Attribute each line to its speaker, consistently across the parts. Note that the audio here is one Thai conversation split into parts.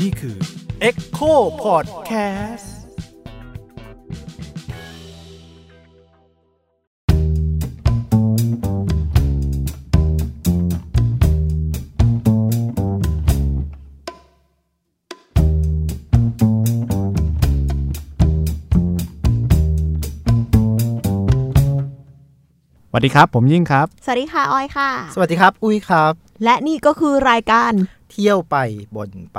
Speaker 1: นี่คือ
Speaker 2: Echo Podcast
Speaker 1: สวัสดีครับ ผมยิ่งครับ
Speaker 3: สวัสดีค่ะ ออยค่ะ
Speaker 2: สวัสดีครับ อุ้ยครับ
Speaker 3: และนี่ก็คือรายการ
Speaker 2: เที่ยวไปบนไป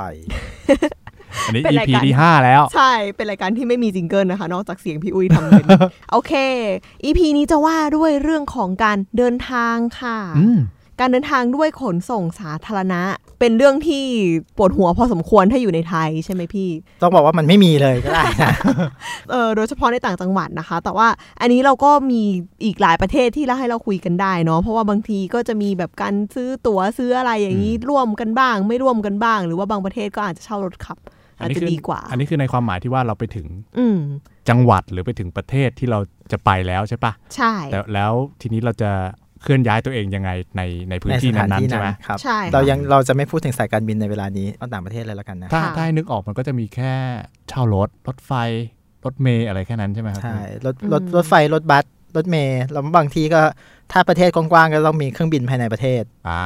Speaker 1: อันนี้
Speaker 3: เป็นราย
Speaker 1: EP
Speaker 3: การ
Speaker 1: ที่ 5 แล้ว
Speaker 3: ใช่เป็นรายการที่ไม่มีจิงเกิลนะคะ นอกจากเสียงพี่อุ้ยทำเป็น โอเค EP นี้จะว่าด้วยเรื่องของการเดินทางค่ะ
Speaker 1: อืม
Speaker 3: การเดินทางด้วยขนส่งสาธารณะ เป็นเรื่องที่ปวดหัวพอสมควรถ้าอยู่ในไทยใช่ไหมพี่
Speaker 2: ต้องบอกว่ามันไม่มีเลยก็ได้นะ
Speaker 3: เออโดยเฉพาะในต่างจังหวัดนะคะ แต่ว่าอันนี้เราก็มีอีกหลายประเทศที่เราให้เราคุยกันได้เนาะเพราะว่าบางทีก็จะมีแบบการซื้อตั๋วซื้ออะไรอย่างนี้ร่วมกันบ้าง ไม่ร่วมกันบ้าง หรือว่าบางประเทศก็อาจจะเช่ารถขับ อาจจะดีกว่า
Speaker 1: อันนี้คือในความหมายที่ว่าเราไปถึง
Speaker 3: อืม
Speaker 1: จังหวัดหรือไปถึงประเทศที่เราจะไปแล้วใช่ปะ
Speaker 3: ใช่
Speaker 1: แต่แล้วทีนี้เราจะเคลื่อนย้ายตัวเองยังไงในใน พื้นที่นั้นๆใช่ไหม
Speaker 2: ครับ
Speaker 3: ใช่
Speaker 2: เรายังเราจะไม่พูดถึงสายการบินในเวลานี้เอาต่างประเทศเลยแล้วกันนะ
Speaker 1: ถ้าถ้าให้นึกออกมันก็จะมีแค่เช่ารถ รถไฟ รถเมล์อะไรแค่นั้นใช่ไหมครับ
Speaker 2: ใช่รถรถรถไฟรถบัสรถเมล์แล้วบางทีก็ถ้าประเทศกว้างๆก็ต้องมีเครื่องบินภายในประเทศ
Speaker 1: อ่า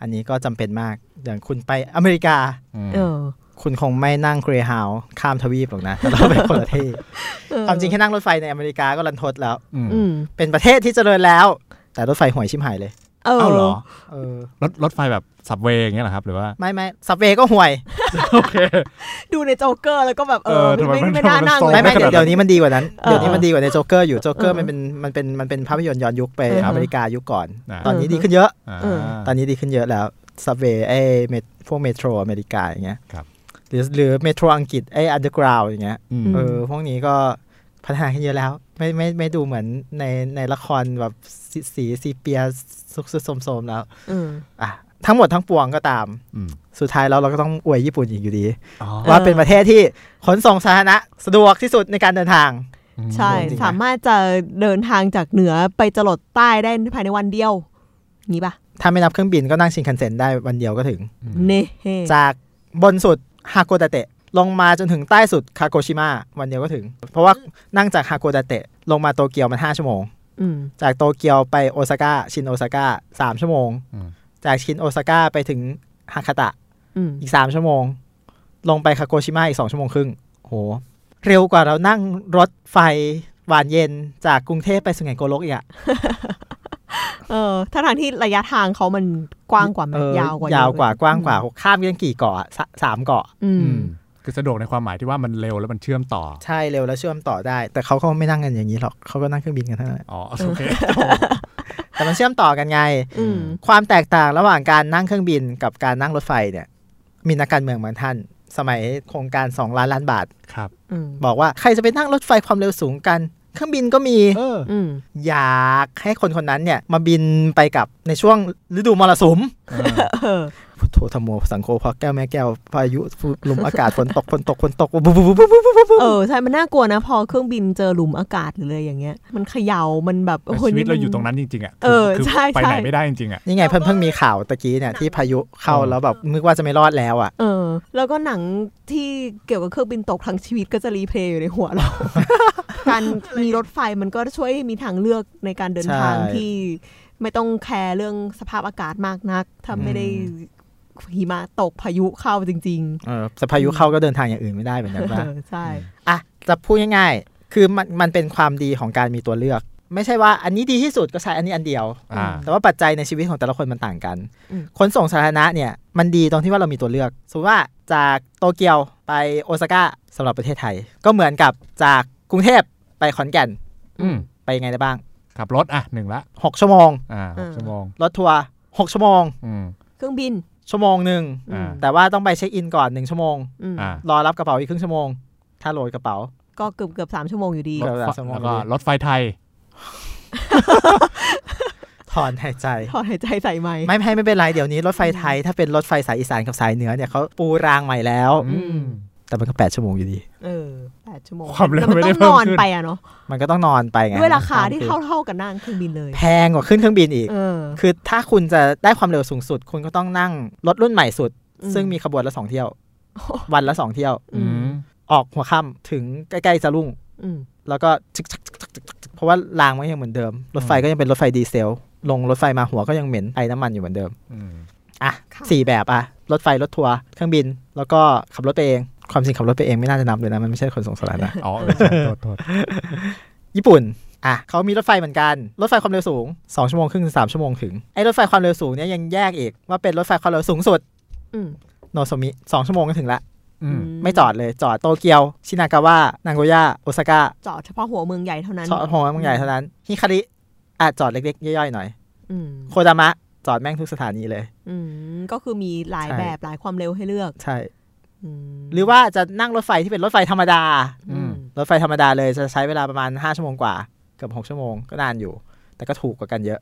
Speaker 2: อันนี้ก็จำเป็นมากอย่างคุณไปอเมริกา
Speaker 1: ม
Speaker 3: เออ
Speaker 2: คุณคงไม่นั่งเกรฮาวข้ามทวีปหรอกนะเราไปคนละที่
Speaker 3: เออ
Speaker 2: ความจริงแค่นั่งรถไฟในอเมริกาก็รันทดแล้ว
Speaker 1: อืม
Speaker 3: อืม
Speaker 2: เป็นประเทศที่เจริญแล้ว แต่รถไฟห่วยชิมหายเลย
Speaker 3: เออ
Speaker 1: เอ้าเหรอ
Speaker 2: เออ
Speaker 1: รถรถไฟแบบสับเวย์อย่างเงี้ยเหรอครับหรือว่า
Speaker 2: ไม่ไม่สับเวย์ก็ห่วย
Speaker 1: โอเค
Speaker 3: ดูในโจ๊กเกอร์แล้วก็แบบเออ
Speaker 1: เออทำไม
Speaker 3: ไม่
Speaker 1: มัน
Speaker 3: ไม่น่านั่ง
Speaker 1: มัน
Speaker 3: เลย
Speaker 2: ไม่ไม่
Speaker 1: ขนาดนั้น
Speaker 2: เดี๋ยวนี้มันดีกว่านั้น
Speaker 3: เออ
Speaker 2: เดี๋ยวนี้มันดีกว่าในโจ๊กเกอร์อยู่โจ๊กเกอร์
Speaker 3: เออ
Speaker 2: มันเป็นมันเป็นมันเป็นภาพยนตร์ย้อนยุคไป
Speaker 3: เออ
Speaker 2: อเมริกายุคก่อน
Speaker 1: อ่า
Speaker 2: ตอนนี้
Speaker 3: เออ
Speaker 2: ดีขึ้นเยอะ
Speaker 1: อ่า
Speaker 3: เออ
Speaker 2: ตอนนี้ดีขึ้นเยอะแล้วสับเวย์ไอ้เมทพวกเมโทรอเมริกาอย่างเงี้ย
Speaker 1: ครับ
Speaker 2: หรือหรือเมโทรอังกฤษไอ้อันเดอร์กราวอย่างเงี้ย
Speaker 1: อืม
Speaker 2: เออพวกนี้ก็พัฒนาขึ้นเยอะแล้ว ไม่ไม่ไม่ดูเหมือนในในละครแบบสีสีซีเปียสุกสุดสมสมแล้ว
Speaker 3: เออ
Speaker 2: อ่ะทั้งหมดทั้งปวงก็ตาม
Speaker 1: อืม
Speaker 2: สุดท้ายแล้วเราก็ต้องอวยญี่ปุ่นอีกอยู่ดี
Speaker 1: อ๋อ
Speaker 2: ว่าเป็นประเทศที่ขนส่งสาธารณะสะดวกที่สุดในการเดินทาง
Speaker 3: ใช่
Speaker 2: จริงๆนะ
Speaker 3: สามารถจะเดินทางจากเหนือไปจรดใต้ได้ภายในวันเดียวงี้ป่ะ
Speaker 2: ถ้าไม่นับเครื่องบินก็นั่งชินคันเซ็นได้วันเดียวก็ถึง
Speaker 3: เน่
Speaker 2: จากบนสุดฮาโกดาเตะ ลงมาจนถึงใต้สุดคาโกชิมะวันเดียวก็ถึง เพราะว่านั่งจากฮาโกดาเตะ ลงมาโตเกียวมัน 5 ชั่วโมง
Speaker 3: อืม
Speaker 2: จากโตเกียวไปโอซาก้าชินโอซาก้า3ชั่วโมง
Speaker 1: อืม
Speaker 2: จากชินโอซาก้าไปถึงฮาคาตะ
Speaker 3: อืม
Speaker 2: อีก 3 ชั่วโมง ลงไปคาโกชิมะอีก 2 ชั่วโมงครึ่งโหเร็วกว่าเรานั่งรถไฟหวานเย็นจากกรุงเทพไปสุไหงโกลกอีกอะ
Speaker 3: เออถ้าทางที่ระยะทางเขามันกว้างกว่าไหม
Speaker 2: เออย
Speaker 3: าวกว่าย
Speaker 2: าว
Speaker 3: เอะ
Speaker 2: กว่ากว้างกว่าข้ามกันกี่เกาะสะสามเกาะ
Speaker 3: อืม
Speaker 1: คือสะดวกในความหมายที่ว่ามันเร็วแล้วมันเชื่อมต่อ
Speaker 2: ใช่เร็วแล้วเชื่อมต่อได้ แต่เขาก็ไม่นั่งกันอย่างนี้หรอกเขาก็นั่งเครื่องบินกันเท่านั้นแหละ
Speaker 1: อ๋อ โอเค
Speaker 2: แต่มันเชื่อมต่อกันไง
Speaker 3: อืม
Speaker 2: ความแตกต่างระหว่างการนั่งเครื่องบินกับการนั่งรถไฟเนี่ยมีนักการเมืองบางท่าน สมัยโครงการ 2 ล้านล้านบาท
Speaker 1: ครับ
Speaker 3: อืม
Speaker 2: บอกว่าใครจะไปนั่งรถไฟความเร็วสูงกัน เครื่องบินก็มี
Speaker 1: เออ
Speaker 3: อืม
Speaker 2: อยากให้คนคนนั้นเนี่ยมาบินไปกับในช่วงฤดูมรสุม
Speaker 3: เออ
Speaker 2: พุทโธธรรมโมสังโฆพระแก้วแม่แก้วพายุลมอากาศฝนตกฝนตกฝนตกบุ๊บบุ๊บบุ๊บบุ๊บบุ๊บบุ๊บ
Speaker 3: เออ ใช่ มันน่ากลัวนะ พอเครื่องบินเจอหลุมอากาศหรืออะไรอย่างเงี้ย มันเขย่ามันแบบโอ้โห
Speaker 1: ชีวิตเรา
Speaker 3: มั
Speaker 1: อยู่ตรงนั้นจริงๆอ่ะ
Speaker 3: เออ
Speaker 1: คื
Speaker 3: ใช่
Speaker 1: ไปไหน
Speaker 3: ใช่
Speaker 1: ไม่ได้จริงๆอ่ะ
Speaker 2: นี่ไงเพิ่งเพิ่งมีข่าวตะกี้เนี่ยที่พายุเข้า
Speaker 1: เออ
Speaker 2: แล้วแบบนึกว่าจะไม่รอดแล้วอ่ะ
Speaker 3: เออ แล้วก็หนังที่เกี่ยวกับเครื่องบินตกทั้งชีวิตก็จะรีเพลย์อยู่ในหัวเรา การมีรถไฟมันก็ช่วยให้มีทางเลือกในการเดินทาง
Speaker 2: ใช่
Speaker 3: ที่ไม่ต้องแคร์เรื่องสภาพอากาศมากนัก ถ้าไม่ได้หิมะตกพายุเข้าจริง
Speaker 2: เออแต่พายุเข้าก็เดินทางอย่างอื่นไม่ได้เหมือน
Speaker 3: ๆ
Speaker 2: กันว่า
Speaker 3: เออใช่
Speaker 2: อ่ะจะพูดง่ายๆ คือมันมันเป็นความดีของการมีตัวเลือก ไม่ใช่ว่าอันนี้ดีที่สุดก็ใช้อันนี้อันเดียว
Speaker 1: อ่า
Speaker 2: แต่ว่าปัจจัยในชีวิตของแต่ละคนมันต่างกัน
Speaker 3: อืม
Speaker 2: ขนส่งสาธารณะเนี่ยมันดีตรงที่ว่าเรามีตัวเลือก สมมติว่าจากโตเกียวไปโอซาก้าสำหรับประเทศไทย ก็เหมือนกับจากกรุงเทพไปขอนแก่น
Speaker 1: อืม
Speaker 2: ไปยังไงได้บ้าง
Speaker 1: ขับรถอ่ะหนึ่งละ
Speaker 2: 6 ชั่วโมง
Speaker 1: อ่าหกชั่วโมง
Speaker 2: รถทัวร์หกชั่วโมง
Speaker 1: อืม
Speaker 3: เครื่องบิน
Speaker 2: ชั่วโมงหนึ่ง
Speaker 1: อ่า
Speaker 2: แต่ว่าต้องไปเช็คอินก่อนหนึ่งชั่วโมง
Speaker 3: อืม
Speaker 1: อ่าร
Speaker 2: อรับกระเป๋าอีกครึ่งชั่วโมง ถ้าโหลดกระเป๋า
Speaker 3: ก็เกือบเกือบสามชั่วโมงอยู่ดี
Speaker 2: เออ
Speaker 1: รถไฟแล้วก็รถไฟไทย
Speaker 2: ถอนหายใจ
Speaker 3: ถอดหายใจใส่ไหมค์
Speaker 2: ไม่ไม่ไม่เป็นไร เดี๋ยวนี้รถไฟไทย ถ้าเป็นรถไฟสายอีสานกับสายเหนือเนี่ยเขาปูรางใหม่แล้ว
Speaker 1: อืม
Speaker 2: แต่มันก็แปดชั่วโมงอยู่ดี
Speaker 3: เออแปดชั่วโมง
Speaker 1: ความเร็ว
Speaker 3: แต่น
Speaker 1: ไม่ได้
Speaker 3: ต้อ
Speaker 1: เพิ่
Speaker 3: งน
Speaker 1: ม
Speaker 3: อน
Speaker 1: ขึ้น
Speaker 3: ไปอะเนาะ
Speaker 2: มันก็ต้องนอนไปไง
Speaker 3: ด้วยราคาที่
Speaker 2: อ
Speaker 3: เท่าๆกับนั่งเครื่องบินเลย
Speaker 2: แพงกว่าขึ้นเครื่องบินอีก
Speaker 3: เออ
Speaker 2: คือถ้าคุณจะได้ความเร็วสูงสุด คุณก็ต้องนั่งรถรุ่นใหม่สุด
Speaker 3: อืม
Speaker 2: ซึ่งมีขบวนละสองเที่ยว วันละสองเที่ยว
Speaker 1: อืม
Speaker 2: ออกหัวค่ำถึงใกล้ๆจะรุ่ง
Speaker 3: อืม
Speaker 2: แล้วก็ชึกชักชักชักชักชักเพราะว่ารางมันยังเหมือนเดิม รถไฟก็ยังเป็นรถไฟดีเซล ลงรถไฟมาหัวก็ยังเหม็นไอ้น้ำมันอยู่เหมือนเดิม
Speaker 1: อืม
Speaker 2: อ่ะ
Speaker 3: ค่ะ
Speaker 2: สี่แบบอ่ะ รถไฟ รถทัวร์ เครื่องบิน แล้วก็ขับรถไปเอง ความจริงขับรถไปเองไม่น่าจะนับเลยนะ มันไม่ใช่ขนส่งสาธารณะ
Speaker 1: อ๋อเออใช่โทษโทษ
Speaker 2: ญี่ปุ่น อ่ะเขามีรถไฟเหมือนกัน รถไฟความเร็วสูง 2 ชั่วโมงครึ่งถึง3ชั่วโมงถึง ไอ้รถไฟความเร็วสูงเนี่ยยังแยกอีกว่าเป็นรถไฟความเร็วสูงสุด
Speaker 3: อืม
Speaker 2: โนโซมิสองชั่วโมงก็ถึงละ
Speaker 1: อืม
Speaker 2: ไม่จอดเลย จอดโตเกียว ชินากาวะ นางโกย่า โอซาก้า
Speaker 3: จอดเฉพาะหัวเมืองใหญ่เท่านั้น
Speaker 2: ชอฮงมังใหญ่เท่านั้น ฮิคาริ อ่ะจอดเล็กๆ ย่อยๆหน่อย
Speaker 3: อืม
Speaker 2: โคดามะ จอดแม่งทุกสถานีเลย
Speaker 3: อืมก็คือมีหลาย
Speaker 2: ใช่
Speaker 3: แบบหลายความเร็วให้เลือก
Speaker 2: ใช่
Speaker 3: อืม
Speaker 2: หรือว่าจะนั่งรถไฟที่เป็นรถไฟธรรมดา
Speaker 3: อืม
Speaker 2: รถไฟธรรมดาเลยจะใช้เวลาประมาณ 5 ชั่วโมงกว่า เกือบ6ชั่วโมงก็นานอยู่ แต่ก็ถูกกว่ากันเยอะ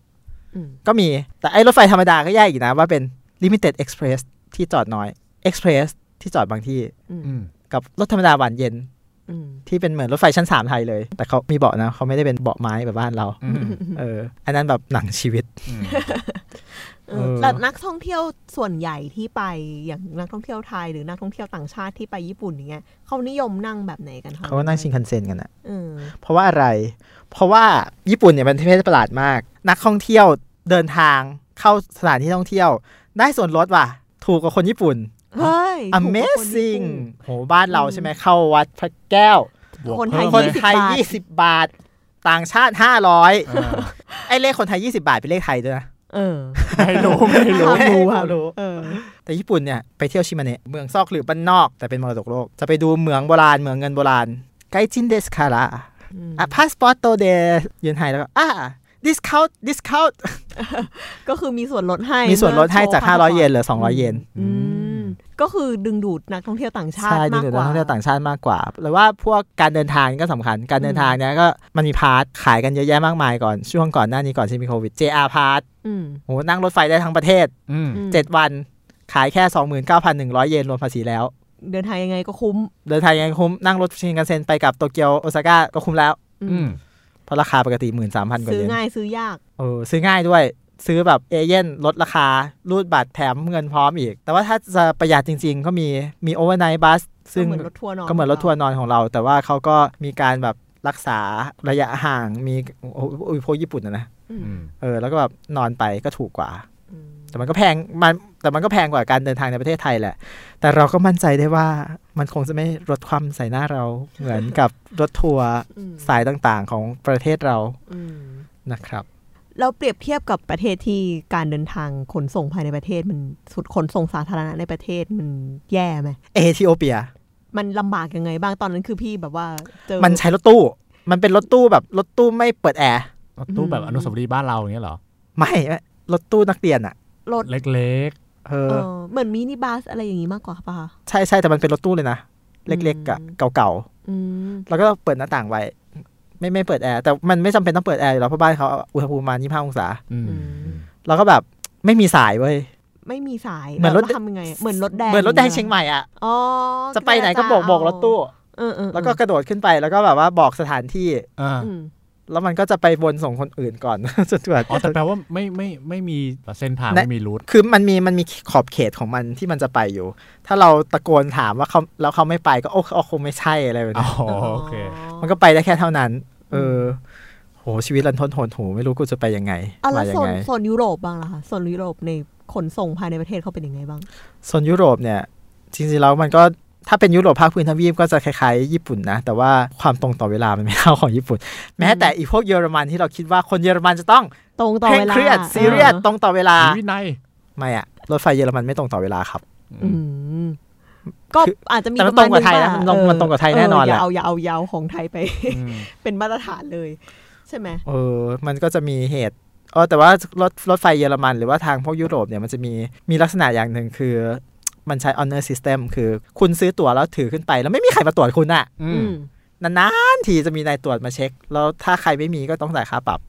Speaker 3: อืม
Speaker 2: ก็มี แต่ไอ้รถไฟธรรมดาก็แย่อีกนะว่าเป็น limited express ที่จอดน้อย express ที่จอดบางที่
Speaker 3: อืม
Speaker 1: อืม
Speaker 2: กับรถธรรมดาหวานเย็น
Speaker 3: อืม
Speaker 2: ที่เป็นเหมือนรถไฟชั้น 3 ไทยเลย แต่เขามีเบาะนะเขาไม่ได้เป็นเบาะไม้แบบบ้านเรา
Speaker 1: อืม
Speaker 2: เออ อันนั้นแบบหนังชีวิต
Speaker 1: อืม
Speaker 3: เออ
Speaker 1: เออ
Speaker 3: แต่นักท่องเที่ยวส่วนใหญ่ที่ไปอย่างนักท่องเที่ยวไทยหรือนักท่องเที่ยวต่างชาติที่ไปญี่ปุ่นอย่างเงี้ยเขานิยมนั่งแบบไหนกันคะ
Speaker 2: เขาก็นั่งชิงคันเซ็นกันนะ
Speaker 3: เออ
Speaker 2: เพราะว่าอะไร เพราะว่าญี่ปุ่นเนี่ยเป็นประเทศประหลาดมาก นักท่องเที่ยวเดินทางเข้าสถานที่ท่องเที่ยว ได้ส่วนลดว่ะ ถูกกว่าคนญี่ปุ่น
Speaker 3: เฮ้ยถูกกว่าคนญี่ปุ่น
Speaker 2: Amazing โหบ้านเรา
Speaker 3: อืม
Speaker 2: ใช่ไหมเข้าวัดพระแก้ว
Speaker 1: บวก
Speaker 3: คนไทย
Speaker 1: เพิ่ม
Speaker 2: คน
Speaker 1: เลย
Speaker 2: ไทย
Speaker 3: 20บาท
Speaker 2: 20 บาท ต่างชาติ 500 ไอ้เลขคนไทย 20 บาทเป็นเลขไทยด้วยนะ
Speaker 3: เออ
Speaker 1: ไม่รู้ไม่รู้
Speaker 3: ความรู้อะ
Speaker 2: รู้
Speaker 3: เออ
Speaker 2: แต่ญี่ปุ่นเนี่ยไปเที่ยวชิมาเนะเมืองซอกหรือบ้านนอก แต่เป็นมรดกโลก จะไปดูเหมืองโบราณเหมืองเงินโบราณไกจินเดสคาระ
Speaker 3: อืม
Speaker 2: อ่ะพาสปอร์ตโตเดยืนไทยแล้วก็อ่ะ discount discount
Speaker 3: ก็คือมีส่วนลดให้
Speaker 2: มีส่วนลดให้จาก
Speaker 3: มื่อโชว์
Speaker 2: 500 เยนเหลือ 200 เยน
Speaker 3: อืมก็คือดึงดูดนักท่องเที่ยวต่างชาติ
Speaker 2: ใช่ดี
Speaker 3: มาก
Speaker 2: เดี๋ยว
Speaker 3: ก
Speaker 2: นัก
Speaker 3: ว่า
Speaker 2: ท่องเที่ยวต่างชาติมากกว่าหรือว่าพวกการเดินทางก็สำคัญ การเดินทางเนี่ยก็มันมีพาสขายกันเยอะแยะมากมายก่อนช่วงก่อนหน้านี้ก่อนที่มีโควิด JR พาส
Speaker 3: อืม
Speaker 2: โหนั่งรถไฟได้ทั้งประเทศ
Speaker 1: อืม
Speaker 3: อืม
Speaker 2: 7 วันขายแค่ 29,100 เยนรวมภาษีแล้ว
Speaker 3: เดินทางยังไงก็คุ้ม
Speaker 2: เดินทางยังไงคุ้มนั่งรถชินกันเซ็นไปกับโตเกียวโอซาก้าก็คุ้มแล้ว
Speaker 3: อื
Speaker 1: อื
Speaker 3: ม
Speaker 1: ม
Speaker 2: เพราะราคาปกติ 1 3 0 0 0 กว่า
Speaker 3: ซื้
Speaker 2: เย
Speaker 3: อน ง่ายซื้อยาก
Speaker 2: เออซื้อง่ายด้วย ซื้อแบบเอเย่นลดราคา รูดบัตรแถมเงินพร้อมอีก แต่ว่าถ้าจะประหยัดจริง ๆ ก็มีมีโอเวอร์ไนท์บัสซึ่ง
Speaker 3: ก็เหมือนรถทัวร์นอน
Speaker 2: ก็เหมือนรถทัวร์นอนของเรา แต่ว่าเขาก็มีการแบบรักษาระยะห่างมีโอ้โหอุยโพวกญี่ปุ่นนะนะ
Speaker 3: อืม
Speaker 1: อืม
Speaker 2: เออแล้วก็แบบนอนไปก็ถูกกว่า
Speaker 3: อืม
Speaker 2: แต่มันก็แพงมันแต่มันก็แพงกว่าการเดินทางในประเทศไทยแหละ แต่เราก็มั่นใจได้ว่ามันคงจะไม่ลดความใส่หน้าเรา เหมือนกับรถทัวร์
Speaker 3: อืม
Speaker 2: สายต่างๆของประเทศเรา
Speaker 3: อืม
Speaker 2: นะครับ
Speaker 3: เราเปรียบเทียบกับประเทศที่การเดินทางขนส่งภายในประเทศมันสุดขนส่งสาธารณะในประเทศมันแย่ไหม
Speaker 2: เอธิโอเปีย
Speaker 3: มันลำบากยังไงบ้างตอนนั้นคือพี่แบบว่าเจอ
Speaker 2: มันใช้รถตู้ มันเป็นรถตู้แบบรถตู้ไม่เปิดแอร์
Speaker 1: รถตู้แบบอนุสาวรีย์บ้านเราอย่างเงี้ยเหรอ
Speaker 2: ไม่ไม่รถตู้นักเรียนอะ
Speaker 3: รถ
Speaker 1: เล็ก
Speaker 2: เอ
Speaker 3: เอ
Speaker 2: อ
Speaker 3: อเหมือนมินิบัสอะไรอย่างนี้มากกว่าป่ะคะ
Speaker 2: ใช่ใช่แต่มันเป็นรถตู้เลยนะ เล็กๆอะ
Speaker 3: อืม
Speaker 2: เก่า
Speaker 3: อืม
Speaker 2: ๆ แล้วก็เปิดหน้าต่างไว้ ไม่ไม่เปิดแอร์แต่มันไม่จำเป็นต้องเปิดแอร์อยู่แล้วเพราะบ้านเขาอุณหภูมิประมาณ25องศา
Speaker 1: ๆ อืม
Speaker 2: แล้วก็แบบไม่มีสายเว้ย
Speaker 3: ไม่มีสาย
Speaker 2: เหมือนรถ
Speaker 3: แล้วทำยังไงอะเหมือนรถแดง
Speaker 2: เหมือนรถแดงเชียงใหม่อะ
Speaker 3: อ๋อ
Speaker 2: จะไปไหนก็โบกโบกรถตู้
Speaker 3: เออเออเออ
Speaker 2: แล้วก็กระโดดขึ้นไปแล้วก็แบบว่าบอกสถานที่
Speaker 1: อ่า
Speaker 3: อืม
Speaker 2: แล้วมันก็จะไปวนส่งคนอื่นก่อน จนกว่า
Speaker 1: อ๋อแต่แปลว่าไม่ไม่ไม่มีเส้นทางไม่มีรูท
Speaker 2: คือมันมีมันมีขอบเขตของมันที่มันจะไปอยู่ ถ้าเราตะโกนถามว่าเขาแล้วเขาไม่ไปก็โอ้เขาคงไม่ใช่อะไรแบบ
Speaker 1: อ๋อ
Speaker 2: นี้
Speaker 1: โอเค
Speaker 2: มันก็ไปได้แค่เท่านั้น เออ
Speaker 3: ม
Speaker 2: อโหชีวิตรันทนโหดหูไม่รู้กูจะไปยังไง
Speaker 3: อ่ะแล้
Speaker 2: มาว ยั
Speaker 3: โซน
Speaker 2: ไง
Speaker 3: โซนยุโรปบ้างล่ะคะโซนยุโรปในขนส่งภายในประเทศเขาเป็นยังไงบ้าง
Speaker 2: ส่วนยุโรปเนี่ย จริงๆแล้วมันก็ถ้าเป็นยุโรปภาคพื้นทวีปก็จะคล้ายๆญี่ปุ่นนะ แต่ว่าความตรงต่อเวลามันไม่เท่าของญี่ปุ่น แม้แต่อีพวกเยอรมันที่เราคิดว่าคนเยอรมันจะต้อง
Speaker 3: ตรงต่อ
Speaker 2: เค
Speaker 3: เว
Speaker 2: ร่ง
Speaker 3: ลา
Speaker 2: เครียดซีเรียสตรงต่อเวลา
Speaker 1: มีวินัย
Speaker 2: ไม่อะรถไฟเยอรมันไม่ตรงต่อเวลาครับ
Speaker 3: อืมก็อาจจะมี
Speaker 2: แต่มันตรงกว่าไทยนะ
Speaker 3: ปร
Speaker 2: มัน
Speaker 3: ณ
Speaker 2: ตรง
Speaker 3: เออ
Speaker 2: มันตรงกว่าไทยแน่นอนแหละ
Speaker 3: เอย่าเอาอย่าเอายาวของไทยไป เป็นมาตรฐานเลย ใช่ไหม
Speaker 2: เออ มันก็จะมีเหตุเออแต่ว่ารถรถไฟเยอรมันหรือว่าทางพวกยุโรปเนี่ยมันจะมีมีลักษณะอย่างหนึ่งคือ มันใช้ honor system คือคุณซื้อตั๋วแล้วถือขึ้นไป แล้วไม่มีใครมาตรวจคุณอะ
Speaker 1: อืม
Speaker 2: นานๆทีจะมีนายตรวจมาเช็ค แล้วถ้าใครไม่มีก็ต้องจ่ายค่าปรับ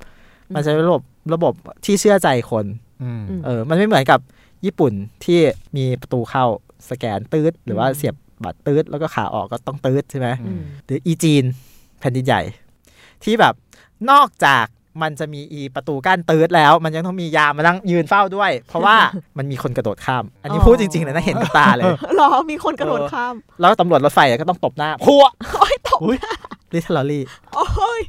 Speaker 2: มันใช้ระบบระบบที่เชื่อใจคน
Speaker 1: อืม
Speaker 2: เออ มันไม่เหมือนกับญี่ปุ่นที่มีประตูเข้าสแกนตืดหรือว่าเสียบ บัตรตืดแล้วก็ขาออกก็ต้องตืดใช่ไหม
Speaker 1: อื ม
Speaker 2: หรืออีจีนแผ่นดินใหญ่ ที่แบบนอกจากมันจะมีอีประตูกั้นตืดแล้ว มันยังต้องมียามมานั่งยืนเฝ้าด้วย เพราะว่า มันมีคนกระโดดข้าม อันนี้
Speaker 3: อ๋อ
Speaker 2: พูดจริงๆเลยนะเห็นกับตาเลย
Speaker 3: หรอมีคนกระโดดข้าม
Speaker 2: แล้วตำรวจรถไฟก็ต้องตบหน้าพัว
Speaker 3: โอ้ยตก
Speaker 2: ลิทเทอรี่
Speaker 3: โอ้ย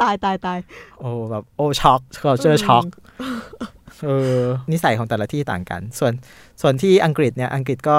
Speaker 3: ตายตายตาย
Speaker 2: โอ้แบบโอ้ช็อกเขาเจอช็อกเออนิสัยของแต่ละที่ต่างกัน ส่วนส่วนที่อังกฤษเนี่ยอังกฤษก็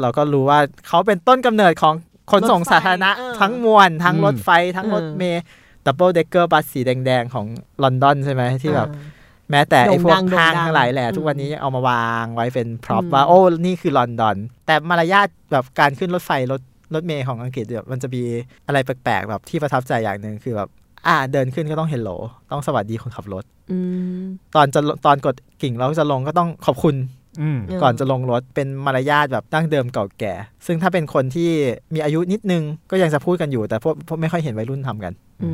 Speaker 2: เราก็รู้ว่าเขาเป็นต้นกำเนิดของขนส่ง
Speaker 3: รถไฟ
Speaker 2: สาธารณะ
Speaker 3: เออ
Speaker 2: ทั้งมวล ทั้ง
Speaker 1: อืม
Speaker 2: รถไฟ ทั้งรถ
Speaker 3: เออ
Speaker 2: เมล์ดับเบิลเดกเกอร์บัสสีแดง ๆ ของลอนดอนใช่ไหมที่แบบ
Speaker 3: อ่า
Speaker 2: แม้แต่ไอ้พว
Speaker 3: โด่
Speaker 2: ก
Speaker 3: งดัง
Speaker 2: ห้าง
Speaker 3: โด่งดัง
Speaker 2: ทั้งหลายแหละ
Speaker 3: อืม
Speaker 2: ทุกวันนี้เอามาวางไว้เป็นพร็อพ
Speaker 3: อืม
Speaker 2: ว่าโอ้ นี่คือลอนดอน แต่มารยาทแบบการขึ้นรถไฟรถรถเมย์ของอังกฤษเนี่ยมันจะมีอะไรแปลกๆแบบที่ประทับใจอย่างหนึ่งคือแบบอ่าเดินขึ้นก็ต้องเฮลโลต้องสวัสดีคนขับรถ
Speaker 3: อืม
Speaker 2: ตอนจะลตอนกดกิ่งแล้วจะลงก็ต้องขอบคุณ
Speaker 1: อืม
Speaker 3: เออ
Speaker 2: ก่อนจะลงรถเป็นมารยาทแบบดั้งเดิมเก่าแก่ ซึ่งถ้าเป็นคนที่มีอายุนิดนึงก็ยังจะพูดกันอยู่ แต่พวกพวกไม่ค่อยเห็นวัยรุ่นทำกัน
Speaker 3: อื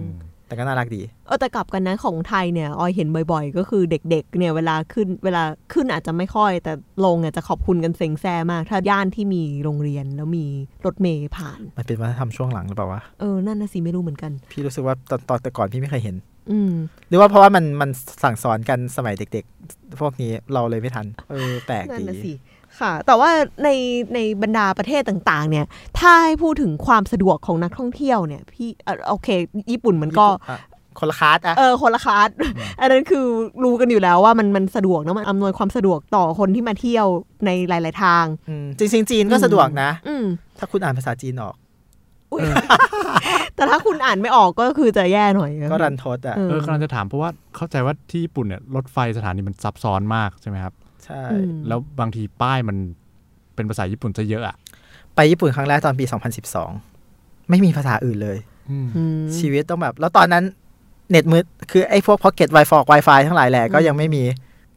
Speaker 3: ม
Speaker 2: แต่ก็น่ารักดี
Speaker 3: เออแต่กลับกันนะของไทยเนี่ยออยเห็นบ่อยๆ ก็คือเด็กๆเนี่ยเวลาขึ้นเวลาขึ้นอาจจะไม่ค่อย แต่ลงเนี่ยจะขอบคุณกันเซ็งแซ่มาก ถ้าย่านที่มีโรงเรียนแล้วมีรถเมย์ผ่าน
Speaker 2: มันเป็นวัฒนธรรมช่วงหลังหรือเปล่าวะ
Speaker 3: เออนั่นนะสิไม่รู้เหมือนกัน
Speaker 2: พี่รู้สึกว่าตอนตอนแต่ก่อนพี่ไม่เคยเห็น
Speaker 3: อืม
Speaker 2: หรือว่าเพราะว่ามันมันสั่งสอนกันสมัยเด็กๆ พวกนี้เราเลยไม่ทัน เออแปลก
Speaker 3: นั่น
Speaker 2: ดี
Speaker 3: นะสิ ค่ะ แต่ว่าในในบรรดาประเทศต่างๆ เนี่ย ถ้าให้พูดถึงความสะดวกของนักท่องเที่ยวเนี่ย พี่เอ่อโอเค ญี่ปุ่นมันก็
Speaker 2: อ่ะคนละคลาสอะ
Speaker 3: เออคนละคลาสอันนั้นคือรู้กันอยู่แล้วว่ามันมันสะดวกเนอะมันอำนวยความสะดวกต่อคนที่มาเที่ยวในหลาย ๆ ทาง
Speaker 2: มจริงๆจีนก็สะดวกนะ
Speaker 3: อืม
Speaker 2: ถ้าคุณอ่านภาษาจีนออก
Speaker 3: อุ๊ย แต่ถ้าคุณอ่านไม่ออกก็คือจะแย่หน่อย
Speaker 2: ก็รันทดอะ
Speaker 3: เออ
Speaker 1: เออกำลังจะถามเพราะว่าเข้าใจว่าที่ญี่ปุ่นเนี่ยรถไฟสถานีมันซับซ้อนมากใช่ไหมครับ
Speaker 2: ใช่
Speaker 3: อืม
Speaker 1: แล้วบางทีป้ายมันเป็นภาษาญี่ปุ่นซะเยอะอ่ะ
Speaker 2: ไปญี่ปุ่นครั้งแรกตอนปี 2012 ไม่มีภาษาอื่นเลย
Speaker 1: อืม
Speaker 3: อืม
Speaker 2: ชีวิตต้องแบบ แล้วตอนนั้นเน็ตมือคือไอ้พวก Pocket Wi-Fi Wi-Fi ทั้งหลายแหละก็ยังไม่มี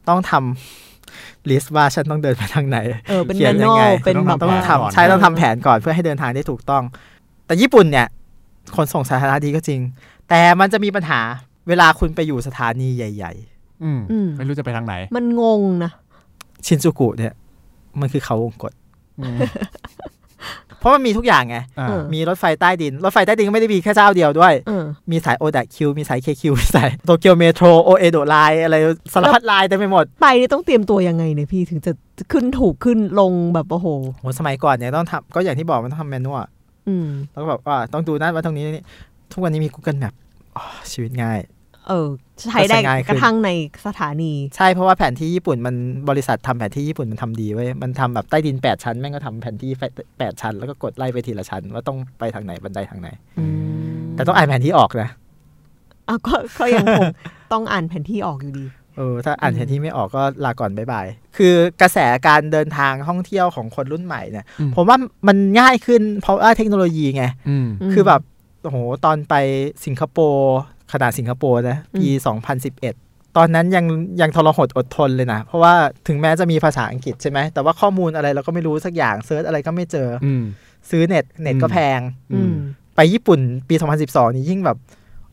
Speaker 2: ต้องทำลิสต์ว่าฉันต้องเดินไปทางไหน
Speaker 3: เออเป็น
Speaker 2: เขีย
Speaker 3: แม
Speaker 2: น
Speaker 3: น
Speaker 2: ยั
Speaker 3: น
Speaker 2: ง
Speaker 3: ว
Speaker 2: ไง
Speaker 3: ลเป็นแบบ
Speaker 2: ต้อง
Speaker 1: แผนก่อน
Speaker 2: ทำใช่ต้องทำแผนก่อนเพื่อให้เดินทางได้ถูกต้อง แต่ญี่ปุ่นเนี่ย ขนส่งสาธารณะดีก็จริง แต่มันจะมีปัญหาเวลาคุณไปอยู่สถานีใหญ่
Speaker 1: อืม
Speaker 3: อืม
Speaker 1: ไม่รู้จะไปทางไหน
Speaker 3: มันงงนะ
Speaker 2: ๆ ชินจูกุเนี่ยมันคือเขาวงกต
Speaker 1: อืม
Speaker 2: เพราะมันมีทุกอย่างไง
Speaker 1: อ่า
Speaker 3: เออ
Speaker 2: มีรถไฟใต้ดิน รถไฟใต้ดินก็ไม่ได้มีแค่เจ้าเดียวด้วย
Speaker 3: เออ
Speaker 2: มีสายโอดะคิวมีสายเคคิวมีสายโตเกียวเมโทรโอเอโดไลน์อะไรสารพัดไลน์เต็มไปหมด
Speaker 3: ไปนี่ต้องเตรียมตัวยังไงเนี่ยพี่ถึงจะขึ้นถูกขึ้นลงแบบโอ้โห
Speaker 2: โหสมัยก่อนเนี่ยต้องทำก็อย่างที่บอกมันต้องทำแมนนวล
Speaker 3: อืม
Speaker 2: แล้วก็แบบว่าต้องดูนั่นว่าตรงนี้นี่ทุกวันนี้มี Google Map อ๋อชีวิตง่าย
Speaker 3: เออ ใช้ได้
Speaker 2: ก็ใช้ง่ายขึ้น
Speaker 3: กระทั่งในสถานี
Speaker 2: ใช่เพราะว่าแผนที่ญี่ปุ่นมันบริษัททำแผนที่ญี่ปุ่นมันทำดีเว้ยมันทำแบบใต้ดิน 8 ชั้น แม่งก็ทำแผนที่8ชั้น แล้วก็กดไล่ไปทีละชั้น ว่าต้องไปทางไหนบันไดทางไหน
Speaker 3: อืม
Speaker 2: แต่ต้องอ่านแผนที่ออกนะ
Speaker 3: อ่ะก็ก็ยังคง ต้องอ่านแผนที่ออกอยู่ดี
Speaker 2: เออถ้าอ่านแผนที่ไม่ออกก็ลาก่อนบายบายคือกระแสการเดินทางท่องเที่ยวของคนรุ่นใหม่เนี่ย
Speaker 1: อืม
Speaker 2: ผมว่ามันง่ายขึ้นเพราะว่าเทคโนโลยีไง
Speaker 1: อืม
Speaker 3: ม
Speaker 2: คือแบบโอ้โหตอนไปสิงคโปร์ขนาดสิงคโปร์นะ
Speaker 3: อืม
Speaker 2: ปี 2011 ตอนนั้นยังยังทรหดอดทนเลยนะ เพราะว่าถึงแม้จะมีภาษาอังกฤษใช่ไหม แต่ว่าข้อมูลอะไรเราก็ไม่รู้สักอย่างเซิร์ชอะไรก็ไม่เจอ
Speaker 1: อืม
Speaker 2: ซื้อเน็ตเน็ต
Speaker 1: อืม
Speaker 2: ก็แพง
Speaker 1: อื
Speaker 3: อื
Speaker 1: ม
Speaker 3: ม
Speaker 2: ไปญี่ปุ่นปี 2012 นี่ยิ่งแบบ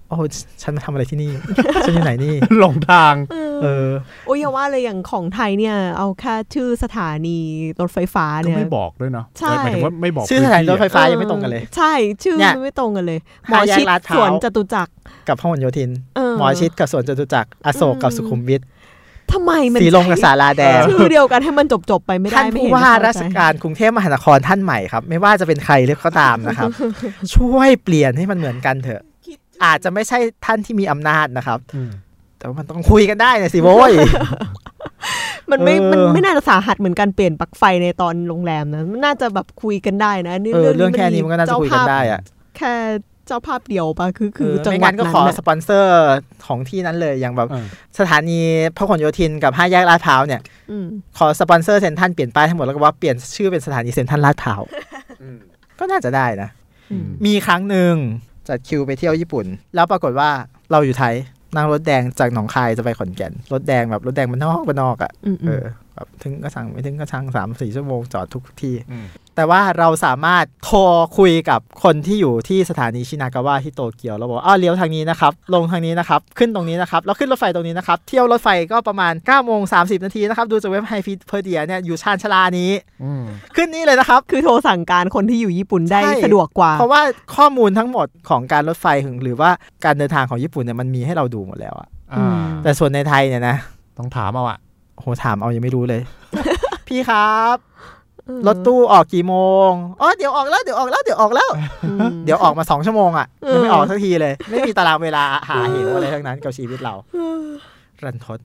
Speaker 2: โอ้โหฉันมาทำอะไรที่นี่ ฉันอยู่ไหนนี่
Speaker 1: หลงทาง
Speaker 2: เออ
Speaker 3: โอ้ยอย่าว่าเลยอย่างของไทยเนี่ย เอาแค่ชื่อสถานีรถไฟฟ้า
Speaker 1: ก็
Speaker 3: เนี่ย
Speaker 1: ไม่บอกด้วยเนาะ
Speaker 3: ใช่
Speaker 1: หมายถึงว่าไม่บอก
Speaker 2: ชื่อสถานีรถไฟ
Speaker 1: พื้ที่ะ
Speaker 2: ฟ้ายังไม่ตรงกันเลย
Speaker 3: ออใช่ชื่อ
Speaker 2: เนี่ย
Speaker 3: ไม่ตรงกันเลยหม
Speaker 2: ห้า
Speaker 3: อ
Speaker 2: แยก
Speaker 3: ชิด
Speaker 2: ลาดพร้าว
Speaker 3: สวนจตุจักร
Speaker 2: กับพหลโยธิน
Speaker 3: เห
Speaker 2: มอชิดกับสวนจตุจักรอโศกกับสุขุมวิท
Speaker 3: ทำไมมัน
Speaker 2: สีลมกับสาราแดง
Speaker 3: ชื่อเดียวกันให้มันจบจบๆไปไม่ได้
Speaker 2: ท่าน
Speaker 3: ไม่
Speaker 2: ผู้
Speaker 3: เห็น
Speaker 2: ว่า
Speaker 3: จะเข้
Speaker 2: ราช
Speaker 3: ใจ
Speaker 2: การกรุงเทพมหานครท่านใหม่ครับ ไม่ว่าจะเป็นใครเรียกก็ตามนะครับ ช่วยเปลี่ยนให้มันเหมือนกันเถอะ อาจจะไม่ใช่ท่านที่มีอำนาจนะครับ
Speaker 1: อืม
Speaker 2: แต่ว่ามันต้องคุยกันได้นะสิโว้ย
Speaker 3: มันไม่
Speaker 2: เออ
Speaker 3: มันไม่น่าจะสาหัสเหมือนการเปลี่ยนปลั๊กไฟในตอนโรงแรมนะมันน่าจะแบบคุยกันได้นะนี่
Speaker 2: เออเรื่องแค่นี้มันก็น่าจะคุยกันได้
Speaker 3: เจ้าภาพ
Speaker 2: อะ
Speaker 3: แค่เจ้าภาพเดียวปะคือคือจัง
Speaker 2: เไม่
Speaker 3: หวัด
Speaker 2: งั้นก็
Speaker 3: นั้น
Speaker 2: ขอ
Speaker 3: น่ะ
Speaker 2: สปอนเซอร์ของที่นั้นเลยอย่างแบบสถานีพหลโยธินกับห้าแยกลาดพร้าวเนี่ย
Speaker 3: อืม
Speaker 2: ขอสปอนเซอร์เซ็นทรัลเปลี่ยนป้ายทั้งหมดแล้วก็ว่าเปลี่ยนชื่อเป็นสถานีเซ็นทรัลลาดพร้าวก็น่าจะได้นะ
Speaker 3: อืม
Speaker 2: มีครั้งหนึ่งจัดคิวไปเที่ยวญี่ปุ่น แล้วปรากฏว่าเราอยู่ไทยนั่งรถแดงจากหนองคายจะไปขอนแก่นรถแดงแบบรถแดงมันนอกมันนอกอะ่ะ
Speaker 3: อืมอืม
Speaker 2: เออไป แบบถึงก็สั่งไม่ถึงก็ช่างสามสี่ชั่วโมงจอดทุกที่
Speaker 1: อืม
Speaker 2: แต่ว่าเราสามารถโทรคุยกับคนที่อยู่ที่สถานีชินากาวะที่โตเกียวแล้วบอกว่าอ้าวเลี้ยวทางนี้นะครับ ลงทางนี้นะครับ ขึ้นตรงนี้นะครับ แล้วขึ้นรถไฟตรงนี้นะครับ เที่ยวรถไฟก็ประมาณ9ก้าโมงสานาทีนะครับ ดูจากเว็บไฮฟีเพอร์เดียเนี่ยอยู่ชานชาลานี้
Speaker 1: อืม
Speaker 2: ขึ้นนี่เลยนะครับ
Speaker 3: คือโทรสั่งการคนที่อยู่ญี่ปุ่นได้
Speaker 2: ใช่
Speaker 3: สะดวกกว่า
Speaker 2: เพราะว่าข้อมูลทั้งหมดของการรถไฟหรือว่าการเดินทางของญี่ปุ่นเนี่ยมันมีให้เราดูหมดแล้วอะ
Speaker 1: อ่า
Speaker 3: อืม
Speaker 2: แต่ส่วนในไทยเนี่ยนะ
Speaker 1: ต้องถามเอาอะ
Speaker 2: โหถามเอายังไม่รู้ เลย พี่ครับ
Speaker 3: เออ
Speaker 2: รถตู้ออกกี่โมงอ๋อเดี๋ยวออกแล้วเดี๋ยวออกแล้วเดี๋ยวออกแล้ว
Speaker 3: อืม
Speaker 2: เดี๋ยวออกมาสองชั่วโมงอ่ะ
Speaker 3: เออ
Speaker 2: ยังไม่ออกสักทีเลย ไม่มีตารางเวลาหาเหวอะไรทั้งนั้นกับชีวิตเรา รันทด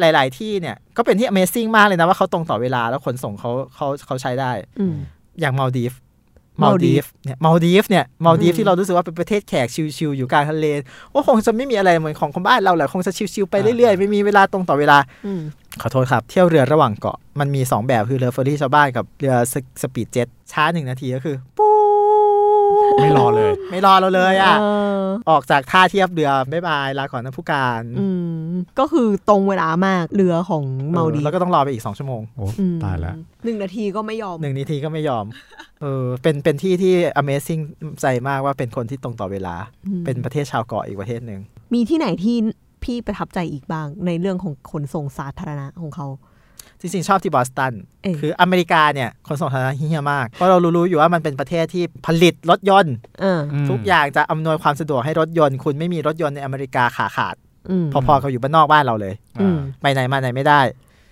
Speaker 2: หลาย ๆ ที่เนี่ยก็เป็นที่ Amazing มากเลยนะว่าเขาตรงต่อเวลาแล้วขนส่งเขาเขาเขาใช้ได้
Speaker 3: อืม
Speaker 2: อย่างมาดีฟ มาดีฟ
Speaker 3: Maldives
Speaker 2: เนี่ยมาดีฟเนี่ยมาดีฟ
Speaker 3: อืม
Speaker 2: ที่เรารู้สึกว่าเป็นประเทศแขกชิลๆอยู่กลางทะเลโอ้คงจะไม่มีอะไรเหมือนของคนบ้านเราแหละคงจะชิลๆไปเรื่อย ๆ ไม่มีเวลาตรงต่อเวลา
Speaker 3: อืม
Speaker 2: ขอโทษครับ เที่ยวเรือระหว่างเกาะมันมี 2 แบบคือเรือเฟอร์รี่ชาวบ้านกับเรือสปีดเจ็ตช้าหนึ่งนาทีก็คือปูด
Speaker 1: ไม่รอเลย
Speaker 2: ไม่รอเราเลยอ่ะ
Speaker 3: เออ
Speaker 2: ออกจากท่าเทียบเรือบ๊ายบายลาก่อนนะผู้การ
Speaker 3: อืมก็คือตรงเวลามากเรือของเมาดี
Speaker 2: ออแล้วก็ต้องรอไปอีก 2 ชั่วโมง
Speaker 1: โอ้
Speaker 3: อืม
Speaker 1: ตายแล้ว
Speaker 3: หนึ่งนาทีก็ไม่ยอม
Speaker 2: หนึ่งนาทีก็ไม่ยอมเออเป็นเป็นที่ที่ Amazing ใจมากว่าเป็นคนที่ตรงต่อเวลา
Speaker 3: อืม
Speaker 2: เป็นประเทศชาวเกาะอีกประเทศหนึ่ง
Speaker 3: มีที่ไหนที่พี่ประทับใจอีกบ้าง ในเรื่องของขนส่งสาธารณะของเขา
Speaker 2: จริงๆชอบที่บอสตัน
Speaker 3: เออ
Speaker 2: คืออเมริกาเนี่ยคนส่งสาธารณะเฮี้ยมาก เพราะเรารู้ๆอยู่ว่ามันเป็นประเทศที่ผลิตรถยนต์
Speaker 3: เออ
Speaker 2: ทุกอย่างจะอำนวยความสะดวกให้รถยนต์ คุณไม่มีรถยนต์ในอเมริกาขาขาด
Speaker 3: อืม
Speaker 2: พอๆกับอยู่บ้านนอกบ้านเราเลย
Speaker 3: อืม
Speaker 2: ไปไหนมาไหนไม่ได้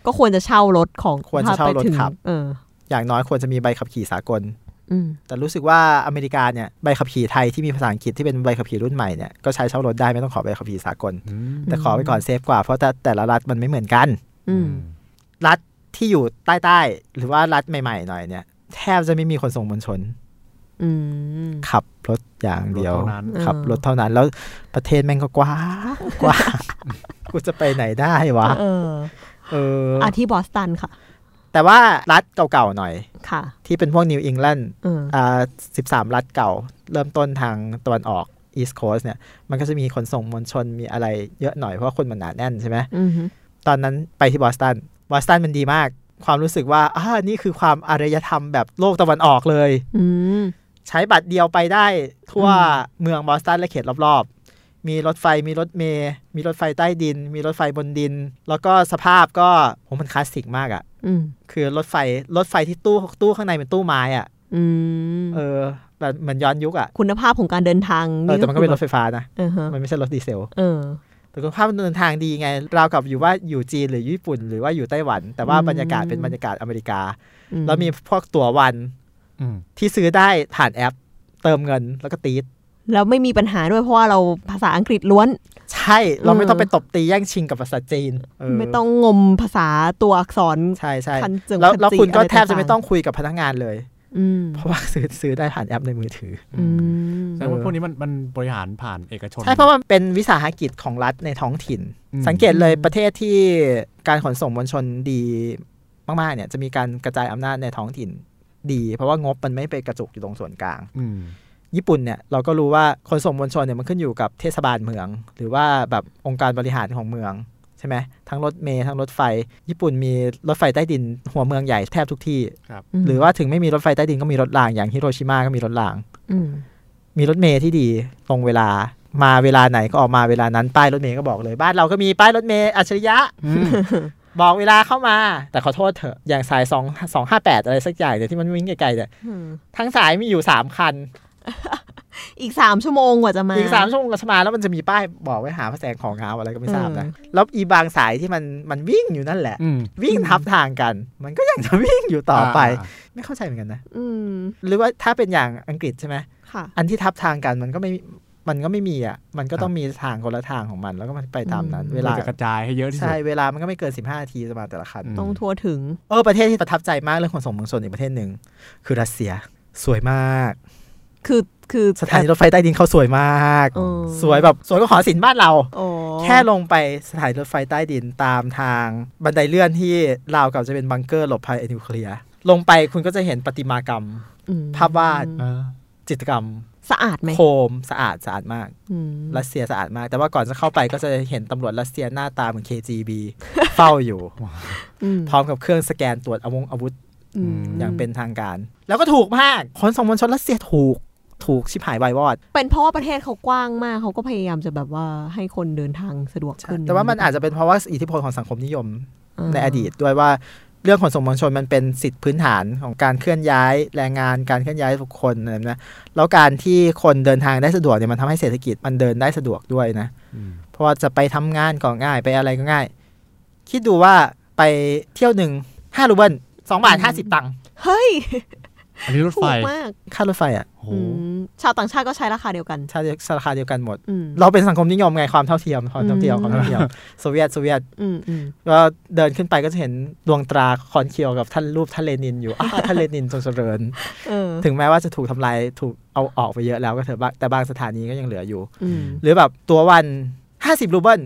Speaker 3: ก็ควรจะเช่ารถของ
Speaker 2: ควรจะเช่าร
Speaker 3: ถ้
Speaker 2: ถ
Speaker 3: ไปถึง
Speaker 2: ขับ
Speaker 3: เออ
Speaker 2: อย่างน้อยควรจะมีใบขับขี่สากล
Speaker 3: อืม
Speaker 2: แต่รู้สึกว่าอเมริกาเนี่ยใบขับขี่ไทยที่มีภาษาอังกฤษที่เป็นใบขับขี่รุ่นใหม่เนี่ยก็ใช้เช่ารถได้ไม่ต้องขอใบขับขี่สากล
Speaker 1: อืม
Speaker 2: แต่ขอไปก่อนเซฟกว่าเพราะแต่แต่ละรัฐมันไม่เหมือนกัน
Speaker 3: อืม
Speaker 2: รัฐที่อยู่ใต้ใต้ๆหรือว่ารัฐใหม่ๆหน่อยเนี่ยแทบจะไม่มีคนส่งมวลชน
Speaker 3: อืม
Speaker 2: ขับรถอย่าง
Speaker 1: รถ
Speaker 2: เดียว
Speaker 1: เท่านั้น
Speaker 3: ออ
Speaker 2: ขับรถเท่านั้นแล้วประเทศแม่งก็กว้างกว้าง กูจะไปไหนได้วะ
Speaker 3: เออ
Speaker 2: เออ
Speaker 3: อ่ะที่บอสตันค่ะ
Speaker 2: แต่ว่ารัฐเก่าๆหน่อย
Speaker 3: ค่ะ
Speaker 2: ที่เป็นพวกนิวอิงแลนด์
Speaker 3: เออ
Speaker 2: อ่าสิบสามรัฐเก่า เริ่มต้นทางตะวันออก East Coast เนี่ย มันก็จะมีขนส่งมวลชนมีอะไรเยอะหน่อย เพราะว่าคนมันหนาแน่นใช่ไหม
Speaker 3: อืม
Speaker 2: ตอนนั้นไปที่บอสตัน บอสตันมันดีมาก ความรู้สึกว่าอ่านี่คือความอารยธรรมแบบโลกตะวันออกเลย
Speaker 3: อืม
Speaker 2: ใช้บัตรเดียวไปได้ทั่ว
Speaker 3: อื
Speaker 2: เมืองบอสตันและเขตรอบๆ มีรถไฟมีรถเมล์มีรถไฟใต้ดิน มีรถไฟบนดิน แล้วก็สภาพก็ผมมันคลาสสิกมากอะ่ะ
Speaker 3: อืม
Speaker 2: คือรถไฟรถไฟที่ตู้ตู้ข้างในเป็นตู้ไม้อะ่ะ
Speaker 3: อืม
Speaker 2: เออแบบเหมือนย้อนยุคอ่ะ
Speaker 3: คุณภาพของการเดินทาง
Speaker 2: เออแต่มันก็เป็นรถไฟฟ้านะ
Speaker 3: เออฮะ
Speaker 2: มันไม่ใช่รถดีเซล
Speaker 3: เออ
Speaker 2: แต่คุณภาพมันเดินทางดีไง ราวกับอยู่ว่าอยู่จีนหรือญี่ปุ่น หรือว่าอยู่ไต้หวัน แต่ว่า
Speaker 3: อืม
Speaker 2: บรรยากาศเป็นบรรยากาศอเมริกา
Speaker 3: อื
Speaker 2: แล้วมีพวกตั๋ววัน
Speaker 1: อืม
Speaker 2: ที่ซื้อได้ผ่านแอป เติมเงินแล้วก็ตีด
Speaker 3: แล้วไม่มีปัญหาด้วยเพราะว่าเราภาษาอังกฤษล้วน
Speaker 2: ใช่เราไม่
Speaker 3: เออ
Speaker 2: ต้องไปตบตีแย่งชิงกับภาษาจีนเออ
Speaker 3: ไม่ต้องงมภาษาตัวอักษร
Speaker 2: ใช่ใช่
Speaker 3: คันจึง
Speaker 2: แล้ว
Speaker 3: คันจิ
Speaker 2: แล้วคุณก็
Speaker 3: อะไร
Speaker 2: แทบจะ
Speaker 3: ต่า
Speaker 2: ไม่
Speaker 3: งๆ
Speaker 2: ต้องคุยกับพนักงานเลย
Speaker 3: อืม
Speaker 2: เพราะ ว่าซื้อซื้อได้ผ่านแอปในมือถือ
Speaker 1: อื
Speaker 3: อื
Speaker 1: ม
Speaker 3: ม
Speaker 1: แสดงว่าพวกนี้มันมันบริหารผ่านเอกชน
Speaker 2: ใช่เพราะว่ามันเป็นวิสาหกิจของรัฐในท้องถิ่น
Speaker 1: อืม
Speaker 2: สังเกตเลย
Speaker 3: อืม
Speaker 2: ประเทศที่การขนส่งมวลชนดีมากๆเนี่ยจะมีการกระจายอำนาจในท้องถิ่นดี เพราะว่างบมันไม่ไปกระจุกอยู่ตรงส่วนกลาง
Speaker 1: อืม
Speaker 2: ญี่ปุ่นเนี่ยเราก็รู้ว่าขนส่งมวลชนเนี่ยมันขึ้นอยู่กับเทศบาลเมือง หรือว่าแบบองค์การบริหารของเมืองใช่ไหมทั้งรถเมล์ทั้งรถไฟ ญี่ปุ่นมีรถไฟใต้ดินหัวเมืองใหญ่แทบทุกที่ หรือว่าถึงไม่มีรถไฟใต้ดินก็มีรถรางอย่างฮิโรชิมาก็มีรถราง
Speaker 3: อืม
Speaker 2: มีรถเมย์ที่ดีตรงเวลามาเวลาไหนก็ออกมาเวลานั้นป้ายรถเมย์ก็บอกเลยบ้านเราก็มีป้ายรถเมย์อัจฉริยะ
Speaker 1: อืม
Speaker 2: บอกเวลาเข้ามา แต่ขอโทษเถอะอย่างสาย2 2 5 8 อะไรสักอย่างเนี่ยที่มันวิ่งไกลๆเนี่ย
Speaker 3: อืม
Speaker 2: ทั้งสายมีอยู่ 3 คัน
Speaker 3: อีกสามชั่วโมงกว่าจะมา
Speaker 2: อีก 3ชั่วโมงก็จะมาแล้วมันจะมีป้ายบอกไว้หาพระแสงของเงาอะไรก็ไม่ทราบนะ
Speaker 3: อืม
Speaker 2: แล้วอีบางสายที่มันมันวิ่งอยู่นั่นแหละ
Speaker 1: อืม
Speaker 2: วิ่งทับทางกัน มันก็ยังจะวิ่งอยู่ต่อไป
Speaker 1: า
Speaker 2: ไม่เข้าใจเหมือนกันนะ
Speaker 3: อืม
Speaker 2: หรือว่าถ้าเป็นอย่างอังกฤษใช่ไหม
Speaker 3: ค่ะ
Speaker 2: อันที่ทับทางกันมันก็ไม่ มันก็ไม่มีอ่ะ มันก็ต้องมีทางคนละทางของมันแล้วก็มันไปตามนั้น
Speaker 3: อืม
Speaker 2: เว
Speaker 1: เวลา
Speaker 2: ลา
Speaker 1: จะกระจายให้เยอะที่สุด
Speaker 2: ใช่เวลามันก็ไม่เกิน 15นาทีจะมาแต่ละคัน
Speaker 1: อืม
Speaker 3: ต้องทั่วถึง
Speaker 2: เออประเทศที่ประทับใจมากเรื่องขนส่งมวลชนอีกประเทศหนึ่งคือรัสเซีย สวยมาก
Speaker 3: คือคือ
Speaker 2: สถานีรถไฟใต้ดินเขาสวยมาก
Speaker 3: เออ
Speaker 2: สวยแบบสวยกว่าหอศิลป์บ้านเรา
Speaker 3: อ๋อ
Speaker 2: แค่ลงไปสถานีรถไฟใต้ดินตามทางบันไดเลื่อนที่ราวกับจะเป็นบังเกอร์หลบภัยนิวเคลียร์ลงไปคุณก็จะเห็นประติมากรรม
Speaker 3: อืม
Speaker 2: ภาพวาด
Speaker 1: เออ
Speaker 2: จิตรกรรม
Speaker 3: สะอาดไหม
Speaker 2: โคมสะอาดสะอาดมาก
Speaker 3: อืม
Speaker 2: รัสเซียสะอาดมาก แต่ว่าก่อนจะเข้าไปก็จะเห็นตำรวจรัสเซียหน้าตาเหมือน KGB เฝ้าอยู่
Speaker 3: อืม
Speaker 2: พร้อมกับเครื่องสแกนตรวจอาวงอาวุธ
Speaker 3: อืม
Speaker 2: อย่างเป็นทางการ แล้วก็ถูกมากขนส่งมวลชนรัสเซียถูกถูกชิบหายวายวอด
Speaker 3: เป็นเพราะว่าประเทศเขากว้างมากเขาก็พยายามจะแบบว่าให้คนเดินทางสะดวกขึ้น
Speaker 2: แต่ว่ามันอาจจะเป็นเพราะว่าอิทธิพลของสังคมนิยม
Speaker 3: า
Speaker 2: ในอดีตด้วยว่าเรื่องขนส่งมวลชนมันเป็นสิทธิพื้นฐานของการเคลื่อนย้ายแรงงานการเคลื่อนย้ายบุคคลอะไรแบบนะแล้วการที่คนเดินทางได้สะดวกเนี่ยมันทำให้เศรษฐกิจมันเดินได้สะดวกด้วยนะ
Speaker 1: อืม
Speaker 2: เพราะว่าจะไปทำงานก็ง่ายไปอะไรก็ง่าย คิดดูว่าไปเที่ยวหนึ่งห้ารูเบิลสองบาทห้าสิบตังค์
Speaker 3: เฮ้ย
Speaker 1: อันนี้รถ
Speaker 3: ถู
Speaker 1: ไฟ
Speaker 3: กมาก
Speaker 2: ค่ารถไฟอ่ะ
Speaker 1: โอ้โห
Speaker 3: อืมชาวต่างชาติก็ใช้ราคาเดียวกัน
Speaker 2: ชาติราคาเดียวกันหมด
Speaker 3: อืม
Speaker 2: เราเป็นสังคมนิยมไงความเท่าเทียมความเท่าเทียมความเท่าเทียมโซเวียตโซเวียต
Speaker 3: อืมอืม
Speaker 2: ก็เดินขึ้นไปก็จะเห็นดวงตราคอนเคียวกับท่านรูปท่านเลนินอยู่อ้าวท่านเลนินจงเจริญ
Speaker 3: เออ
Speaker 2: ถึงแม้ว่าจะถูกทำลายถูกเอาออกไปเยอะแล้วก็เถอะบางแต่บางสถานีก็ยังเหลืออยู่
Speaker 3: อืม
Speaker 2: หรือแบบตัววัน 50 รูเบิล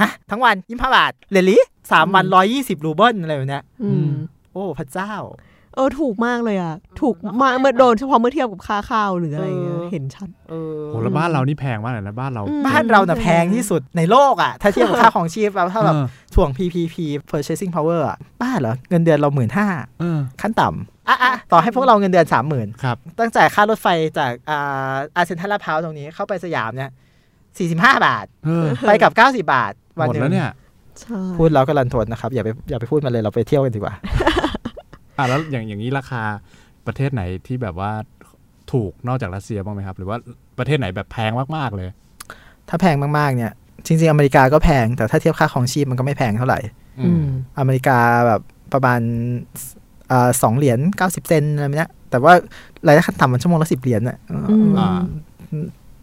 Speaker 2: ฮะ ทั้งวันยี่ห้าบาทเลลี่สามวัน
Speaker 3: อืม
Speaker 2: ร้อยยี่สิบรูเบิลอะไรแบบเนี้ย
Speaker 3: อืม
Speaker 2: โอ้ พระเจ้า
Speaker 3: เออถูกมากเลยอ่ะ ถูกมากเมื่อโดนเฉพาะเมื่อเทียบกับค่าข้าวหรืออะไรเงี้ย
Speaker 2: เออ
Speaker 3: เห็นชัด
Speaker 2: เออ
Speaker 1: โหแล้วบ้านเรานี่แพงมากเลยนะบ้านเรา
Speaker 3: อืม
Speaker 2: บ้านเราน่ะแพงที่สุดในโลกอ่ะ ถ้าเทียบกับค่าของชีพแล้วถ้าแบบ
Speaker 1: เออ
Speaker 2: ถ่วง PPP purchasing power อ่ะบ้าเหรอเงินเดือนเราหมื่นห้า
Speaker 1: เออ
Speaker 2: ขั้นต่ำอ่ะอ่ะ ต่อให้พวกเราเงินเดือนสามหมื่น
Speaker 1: ครับ
Speaker 2: ตั้งแต่ค่ารถไฟจากอ่าอาเซนทรัลลาดพร้าวตรงนี้เข้าไปสยามเนี่ยสี่สิบห้าบาท
Speaker 1: เออ
Speaker 2: ไปกับเก้าสิบาท วัน
Speaker 1: หมด
Speaker 2: หนึ่
Speaker 1: แล้ว
Speaker 2: ง
Speaker 1: เนี่ย
Speaker 3: ใช่
Speaker 2: พูดแล้วก็รันทดนะครับ อย่าไปอย่าไปพูดมันเลยเราไปเที่ยวกันดีกว่า
Speaker 1: อ่ะแล้วอย่างอย่างนี้ราคาประเทศไหนที่แบบว่าถูกนอกจากรัสเซียบ้างไหมครับ หรือว่าประเทศไหนแบบแพงมากๆเลย
Speaker 2: ถ้าแพงมากๆเนี่ย จริง ๆ อเมริกาก็แพง แต่ถ้าเทียบค่าของชีพมันก็ไม่แพงเท่าไหร่
Speaker 1: อืม
Speaker 2: อเมริกาแบบประมาณอ่าสองเหรียญเก้าสิบเซนอะไรแบบเนี้ยแต่ว่ารายได้ขั้นต่ำมันชั่วโมงละสิบเหรียญน่ะเอออ
Speaker 3: อืม
Speaker 1: อ่า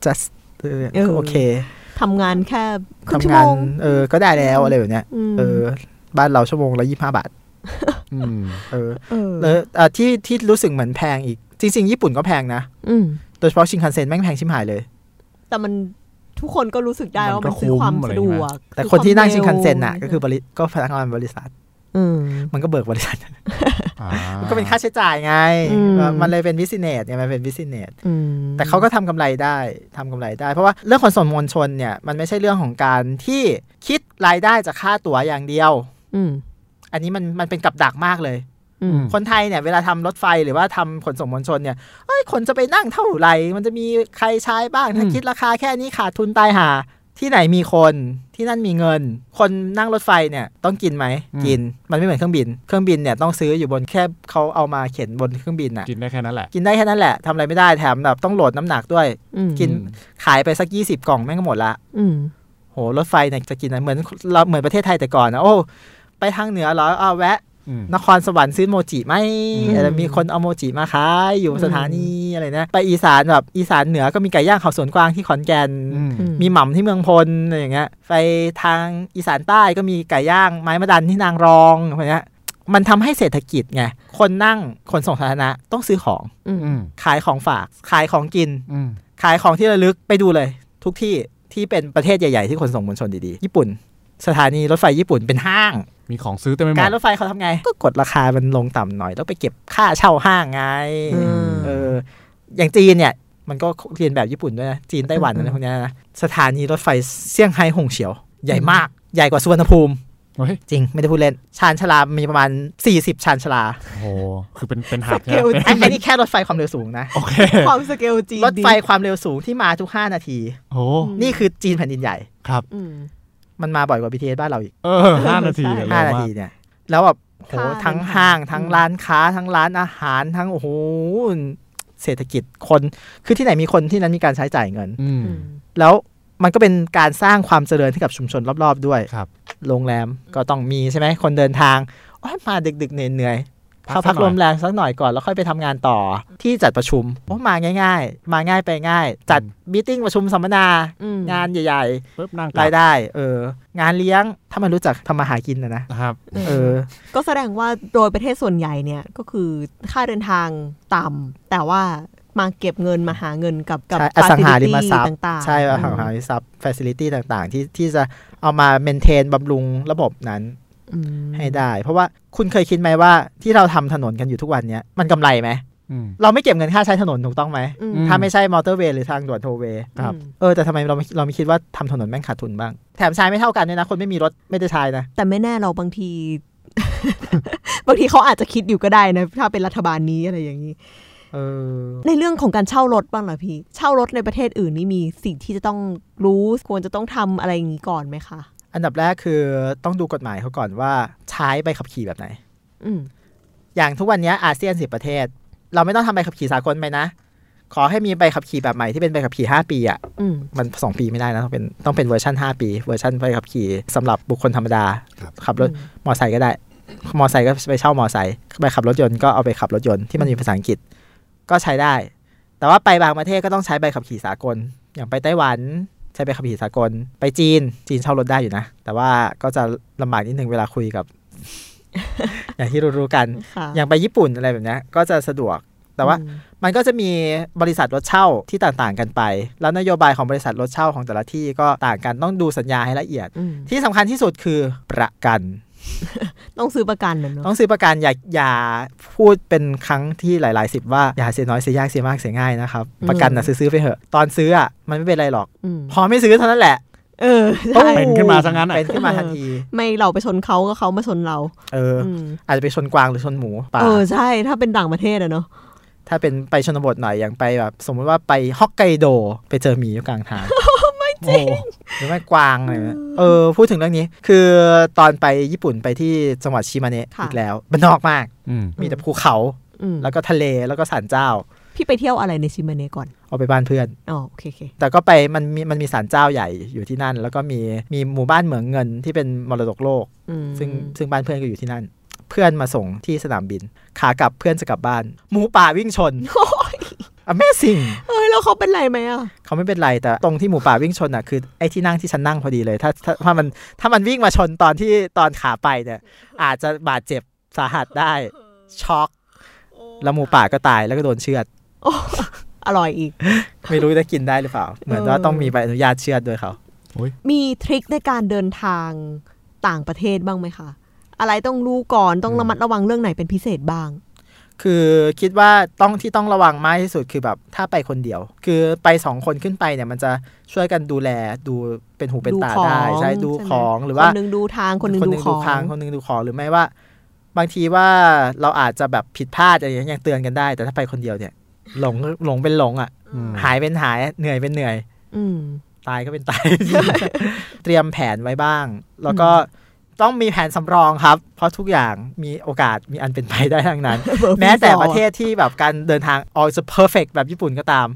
Speaker 2: just เออ
Speaker 3: เออ
Speaker 2: โอเค
Speaker 3: ทำงานแค่ครึ่งชั่ว
Speaker 2: ทำ
Speaker 3: โม
Speaker 2: งาน
Speaker 3: ง
Speaker 2: เออก็ได้แล้วอะไรแบบเนี้ย
Speaker 3: ม
Speaker 2: เออบ้านเราชั่วโมงละยี่ห้าบาท
Speaker 1: อืม
Speaker 2: เออ
Speaker 3: เออ
Speaker 2: เอออ่ะที่ที่รู้สึกเหมือนแพงอีก จริง ๆ ญี่ปุ่นก็แพงนะ
Speaker 3: อืม
Speaker 2: โดยเฉพาะชินคันเซ็นแม่งแพงชิมหายเลย
Speaker 3: แต่มันทุกคนก็รู้สึกได้
Speaker 1: มัน
Speaker 3: ว่า
Speaker 1: ก็
Speaker 3: มันคือ
Speaker 1: คุ้ม
Speaker 3: ความ
Speaker 1: อะไรอ
Speaker 3: สะด
Speaker 1: ย่างเงี้
Speaker 3: วย ก
Speaker 2: แต่คนที่นั่งชินคันเซ็น
Speaker 3: น่ะ
Speaker 2: น่ะก็คือบริก็พนักงานบริษัท
Speaker 3: อืม
Speaker 2: มันก็เบิกบริษัท
Speaker 1: อ่า
Speaker 2: มันก็เป็นค่าใช้จ่ายไง
Speaker 3: อืม
Speaker 2: มันเลยเป็นบิสเนสไงมันเป็นบิสเนส
Speaker 3: อืม
Speaker 2: แต่เขาก็ทำกำไรได้ทำกำไรได้ เพราะว่าเรื่องขนส่งมวลชนเนี่ยมันไม่ใช่เรื่องของการที่คิดรายได้จากค่าตั๋วอย่างเดียว
Speaker 3: อืม
Speaker 2: อันนี้มันมันเป็นกับดักมากเลย
Speaker 3: อืม
Speaker 1: อืม
Speaker 2: คนไทยเนี่ยเวลาทำรถไฟหรือว่าทำขนส่งมวลชนเนี่ยเอ้ยคนจะไปนั่งเท่าไหร่ มันจะมีใครใช้บ้าง ถ้า
Speaker 1: อืม
Speaker 2: คิดราคาแค่นี้ขาดทุนตายหา ที่ไหนมีคนที่นั่นมีเงิน คนนั่งรถไฟเนี่ยต้องกินไหมกิน มันไม่เหมือนเครื่องบิน เครื่องบินเนี่ยต้องซื้ออยู่บนแค่เขาเอามาเข็นบนเครื่องบินน่ะ
Speaker 1: กินได้แค่นั้นแหละ
Speaker 2: กินได้แค่นั้นแหละทำอะไรไม่ได้แถมแบบต้องโหลดน้ำหนักด้วย
Speaker 3: อืม
Speaker 2: กิน ขายไปสัก 20 กล่องแม่งก็หมดละ
Speaker 3: อืม
Speaker 2: โหรถไฟเนี่ยจะกินอะไรเหมือนเราเหมือนประเทศไทยแต่ก่อนนะโอ้ไปทางเหนือเหรออ้าวแวะ
Speaker 1: อืม
Speaker 2: นครสวรรค์ซื้อโมจิไหม
Speaker 1: อืม
Speaker 2: อะไรมีคนเอาโมจิมาขายอยู่สถานีอะไรนะ ไปอีสานแบบอีสานเหนือก็มีไก่ย่างเขาสวนกวางที่ขอนแก่น
Speaker 1: อืม
Speaker 3: อื
Speaker 2: มีหม่ำที่เมืองพลอะไรอย่างเงี้ย ไปทางอีสานใต้ก็มีไก่ย่างไม้มะดันที่นางรองอะไรเงี้ย มันทำให้เศรษฐกิจไง คนนั่งคนส่งสาธารณะต้องซื้อของ
Speaker 3: อืม
Speaker 1: อืม
Speaker 2: ขายของฝาก ขายของกิน
Speaker 1: อืม
Speaker 2: ขายของที่ระลึกไปดูเลย ทุกที่ที่เป็นประเทศใหญ่ ๆ ที่ขนส่งมวลชนดีๆ ญี่ปุ่น สถานีรถไฟญี่ปุ่นเป็นห้าง
Speaker 1: มีของซื้อเต็มไปหม
Speaker 2: การ
Speaker 1: ด
Speaker 2: รถไฟเขาทำไง ก็กดราคามันลงต่ำหน่อย แล้วไปเก็บค่าเช่าห้างไง
Speaker 3: อืม
Speaker 2: เออ อย่างจีนเนี่ย มันก็เรียนแบบญี่ปุ่นด้วยนะ จีนไต้หวันอะไรพวกเนี้ยนะ สถานีรถไฟเซี่ยงไฮ้หงเฉียว ใหญ่มาก ใหญ่กว่าสุวรรณภูมิ
Speaker 1: เฮ้ย
Speaker 2: จริง ไม่ได้พูดเล่น ชานชาลา มีประมาณ 40 ชานชาลา
Speaker 1: โอ้โห คือเป็นเป็นหั
Speaker 3: ส
Speaker 1: ก
Speaker 3: เก
Speaker 1: ใช่
Speaker 3: ล
Speaker 1: ไหมเป็น
Speaker 2: อันอันนี้แค่รถไฟความเร็วสูงนะ
Speaker 1: โอเค
Speaker 3: ความสเกลจริง
Speaker 2: รถไฟความเร็วสูงที่มาทุก 5 นาที
Speaker 1: โอ้
Speaker 2: นี่คือจีนแผ่นดินใหญ่
Speaker 1: ครับ
Speaker 3: อืม
Speaker 2: มันมาบ่อยกว่า BTS บ้านเราอีก
Speaker 1: เออห้านาทีเนี่ยเร็ว
Speaker 3: ใช่
Speaker 2: ห้านา
Speaker 1: มา
Speaker 2: ที
Speaker 1: ก
Speaker 2: เนี่ย แล้วแบบโห
Speaker 3: ค่ะ
Speaker 2: ทั้ง
Speaker 3: เดินทาง
Speaker 2: ห้างทั้ง
Speaker 3: อืม
Speaker 2: ร้านค้าทั้งร้านอาหารทั้งโอ้โหเศรษฐกิจคนคือที่ไหนมีคนที่นั้นมีการใช้จ่ายเงิน
Speaker 1: อืม
Speaker 3: อืม
Speaker 2: แล้วมันก็เป็นการสร้างความเจริญให้กับชุมชนรอบๆด้วย
Speaker 1: ครับ
Speaker 2: โรงแรมก็ต้องมีใช่ไหมคนเดินทางโอยมาดึกๆเหนื่อยๆเขาพัก
Speaker 1: สัหน่
Speaker 2: โร
Speaker 1: อย
Speaker 2: งแรมสักหน่อยก่อนแล้วค่อยไปทำงานต่อที่จัดประชุมโอ้มาง่าย ๆ มาง่ายไปง่าย จัด
Speaker 1: อืม
Speaker 2: มีติ้งประชุมสัมมนา
Speaker 3: อืม
Speaker 2: งานใหญ่
Speaker 1: ปุ๊บนั่งก
Speaker 2: ๆ
Speaker 1: ลั
Speaker 2: ราย
Speaker 1: บ
Speaker 2: ได้ เออ งานเลี้ยงถ้ามันรู้จักทำมาหากินนะนะครับ เออ
Speaker 3: ก็แสดงว่าโดยประเทศส่วนใหญ่เนี่ยก็คือค่าเดินทางต่ำแต่ว่ามาเก็บเงินมาหาเงินกับกับ
Speaker 2: ใช่อสังหาริม
Speaker 3: facility
Speaker 2: ทรัพย์
Speaker 3: ต่างๆ
Speaker 2: ใช่อสังหาริมทรัพย์ facility ต่างๆ ที่ที่จะเอามาเมนเทนบำรุงระบบนั้น
Speaker 3: อืม
Speaker 2: ให้ได้ เพราะว่าคุณเคยคิดไหมว่าที่เราทำถนนกันอยู่ทุกวันเนี้ยมันกำไรไหม
Speaker 1: อืม
Speaker 2: เราไม่เก็บเงินค่าใช้ถนนถูกต้องไหม
Speaker 3: อืม
Speaker 1: อื
Speaker 2: ถ้าไม่ใช่มอเตอร์เวย์หรือทางด่วนโทเวย์
Speaker 1: ครับ
Speaker 3: อืม
Speaker 2: เออแต่ทำไมเราไม่เราไม่คิดว่าทำถนนแม่งขาดทุนบ้าง แถมใช้ไม่เท่ากันเนี่ยนะ คนไม่มีรถไม่ได้ใช้นะ
Speaker 3: แต่ไม่แน่เราบางที บางทีเขาอาจจะคิดอยู่ก็ได้นะถ้าเป็นรัฐบาลนี้อะไรอย่างนี้
Speaker 2: เออ
Speaker 3: ในเรื่องของการเช่ารถบ้างเหรอพี่ เช่ารถในประเทศอื่นนี่มีสิ่งที่จะต้องรู้ควรจะต้องทำอะไรอย่างนี้ก่อนไหมคะ
Speaker 2: อันดับแรกคือต้องดูกฎหมายเขาก่อนว่าใช้ใบขับขี่แบบไหน
Speaker 3: อืม
Speaker 2: อย่างทุกวันเนี้ยอาเซียนสิบประเทศ เราไม่ต้องทำใบขับขี่สากลไปนะ ขอให้มีใบขับขี่แบบใหม่ที่เป็นใบขับขี่ 5 ปีอะ่ะ
Speaker 3: อืม
Speaker 2: มัน 2 ปีไม่ได้นะต้องเป็นต้องเป็นเวอร์ชัน5 ปี เวอร์ชันใบขับขี่สำหรับบุคคลธรรมดา
Speaker 1: ครับ
Speaker 2: ขับรถ
Speaker 3: อืม
Speaker 2: มอไซค์ก็ได้ มอไซค์ก็ไปเช่ามอไซค์ใบขับรถยนต์ก็เอาไปขับรถยนต์ที่มันมีภาษาอังกฤษก็ใช้ได้ แต่ว่าไปบางประเทศก็ต้องใช้ใบขับขี่สากล อย่างไปไต้หวันใช้ใบขับขี่สากล ไปจีนจีนเช่ารถได้อยู่นะ แต่ว่าก็จะลำบากนิดนึงเวลาคุยกับ อย่างที่รู้ๆกัน
Speaker 3: ค่ะ
Speaker 2: อย่างไปญี่ปุ่นอะไรแบบเนี้ยก็จะสะดวก แต่ว่า
Speaker 3: อืม
Speaker 2: มันก็จะมีบริษัทรถเช่าที่ต่างๆกันไป แล้วนโยบายของบริษัทรถเช่าของแต่ละที่ก็ต่างกันต้องดูสัญญาให้ละเอียด
Speaker 3: อืม
Speaker 2: ที่สำคัญที่สุดคือประกัน
Speaker 3: ต้องซื้อประกันนะเนาะ
Speaker 2: ต้องซื้อประกันอย่าอย่าพูดเป็นครั้งที่หลาย ๆ สิบว่าอย่าเสียน้อยเสียยากเสียมากเสียง่ายนะครับประกันนะซื้อๆไปเถอะตอนซื้ออ่ะมันไม่เป็นไรหรอก
Speaker 3: อืม
Speaker 2: พอไม่ซื้อเท่านั้นแหละ
Speaker 3: เออใช่
Speaker 1: เป็นขึ้นมาซะงั้นอะ
Speaker 2: เป็นขึ้นมาทันที
Speaker 3: ไม่เราไปชนเขาก็เขามาชนเรา
Speaker 2: เอออ
Speaker 3: อืม
Speaker 2: อาจจะไปชนกวางหรือชนหมูป่า
Speaker 3: เออใช่ ถ้าเป็นต่างประเทศอะเนาะ
Speaker 2: ถ้าเป็นไปชนบทหน่อยอย่างไปแบบ สมมติว่าไปฮอกไกโดไปเจอหมีอยู่กลางท าง
Speaker 1: โอ้โห
Speaker 2: หรือไม่กวางอะไรเงี้ยเออ พูดถึงเรื่องนี้ คือตอนไปญี่ปุ่นไปที่จังหวัดชิมาเนะอีกแล้วมันนอกมาก
Speaker 1: อืม
Speaker 2: มีแต่ภูเขา
Speaker 3: อืม
Speaker 2: แล้วก็ทะเลแล้วก็ศาลเจ้า
Speaker 3: พี่ไปเที่ยวอะไรในซิมเนก่อน
Speaker 2: เอาไปบ้านเพื่อน
Speaker 3: อ๋อโอเคโอเค
Speaker 2: แต่ก็ไปมันมีมันมีศาลเจ้าใหญ่อยู่ที่นั่น แล้วก็มีมีหมู่บ้านเหมืองเงินที่เป็นมรดกโลก
Speaker 3: อืม
Speaker 2: ซึ่งซึ่งบ้านเพื่อนก็อยู่ที่นั่น เพื่อนมาส่งที่สนามบิน ขากลับเพื่อนจะกลับบ้าน หมูป่าวิ่งชน
Speaker 3: โอ้ย
Speaker 2: Amazing
Speaker 3: เอ้ยแล้วเขาเป็นไรไหมอะ
Speaker 2: เขาไม่เป็นไรแต่ตรงที่หมูป่าวิ่งชนอ่ะคือไอ้ที่นั่งที่ฉันนั่งพอดีเลย ถ้าถ้าถ้ามันถ้ามันวิ่งมาชนตอนที่ตอนขาไปเนี่ย อาจจะบาดเจ็บสาหัสได้ช็อกแล้วหมูป่าก็ตายแล้วก็โดนเชือด
Speaker 3: อร่อยอีก
Speaker 2: ไม่รู้จะกินได้หรือเปล่า เหมือนว่าต้องมีใบอนุญาตเชือดด้วยเขา
Speaker 3: มีทริคในการเดินทางต่างประเทศบ้างไหมคะ อะไรต้องรู้ก่อนต้องระมัดระวังเรื่องไหนเป็นพิเศษบ้าง
Speaker 2: คือคิดว่าต้องที่ต้องระวังมากที่สุดคือแบบถ้าไปคนเดียว คือไปสองคนขึ้นไปเนี่ยมันจะช่วยกันดูแลดูเป็นหูเป็นตาได้ใช่
Speaker 3: ดู
Speaker 2: ดู
Speaker 3: ของ
Speaker 2: ของหรือ
Speaker 3: ค
Speaker 2: ว่า
Speaker 3: นหนึงดูทางคนหนึงดูข
Speaker 2: ดู
Speaker 3: อง
Speaker 2: ค้างคนหนึ่งดูของหรือไม่ว่า บางทีว่าเราอาจจะแบบผิดพลาดอะไรอย่างเงี้ยยังเตือนกันได้ แต่ถ้าไปคนเดียวเนี่ยหลงหลงเป็นหลงอ่ะ
Speaker 1: อืม
Speaker 2: หายเป็นหายเหนื่อยเป็นเหนื่อย
Speaker 3: อืม
Speaker 2: ตายก็เป็นตาย เตรียมแผนไว้บ้าง แล้วก็ต้องมีแผนสำรองครับ เพราะทุกอย่างมีโอกาสมีอันเป็นไปได้ทั้งนั้น แม้แต่ประเทศที่แบบการเดินทาง all the perfect แบบญี่ปุ่นก็ตาม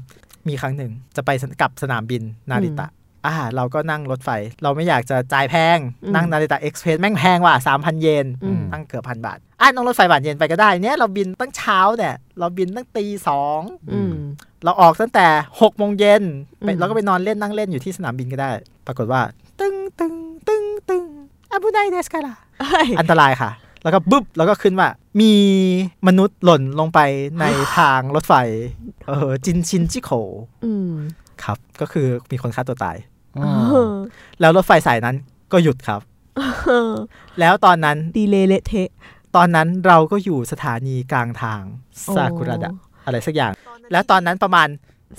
Speaker 2: มีครั้งหนึ่งจะไปสนกลับสนามบินนาริตะ อ่า เราก็นั่งรถไฟ เราไม่อยากจะจ่ายแพง
Speaker 3: อืม
Speaker 2: นั่งนาริตะเอ็กซ์เพรสแม่งแพงว่ะสามพันเยน
Speaker 3: อืม
Speaker 2: ตั้งเกือบพันบาท อ่ะนั่งรถไฟบาทเย็นไปก็ได้ เนี่ยเราบินตั้งเช้าเนี่ย เราบินตั้งตีสอง
Speaker 3: อืม
Speaker 2: เราออกตั้งแต่หกโมงเย็นไป
Speaker 3: อืม
Speaker 2: เราก็ไปนอนเล่นนั่งเล่นอยู่ที่สนามบินก็ได้ ปรากฏว่า ตึงตึงตึงตึงอาบูไดเดสกาลา
Speaker 3: เฮ้ย
Speaker 2: อันตรายค่ะ แล้วก็บึ๊บ แล้วก็ขึ้นว่า มีมนุษย์หล่นลงไปในทางรถไฟ เออ จินชินจิโข
Speaker 3: อืม
Speaker 2: ครับ ก็คือมีคนฆ่าตัวตาย
Speaker 1: อ๋อ
Speaker 3: เออ
Speaker 2: แล้วรถไฟสายนั้นก็หยุดครับ
Speaker 3: เออ
Speaker 2: แล้วตอนนั้น
Speaker 3: ดีเลยเละเทะ
Speaker 2: ตอนนั้นเราก็อยู่สถานีกลางทางซากุระดะอะไรสักอย่าง แล้วตอนนั้นประมาณ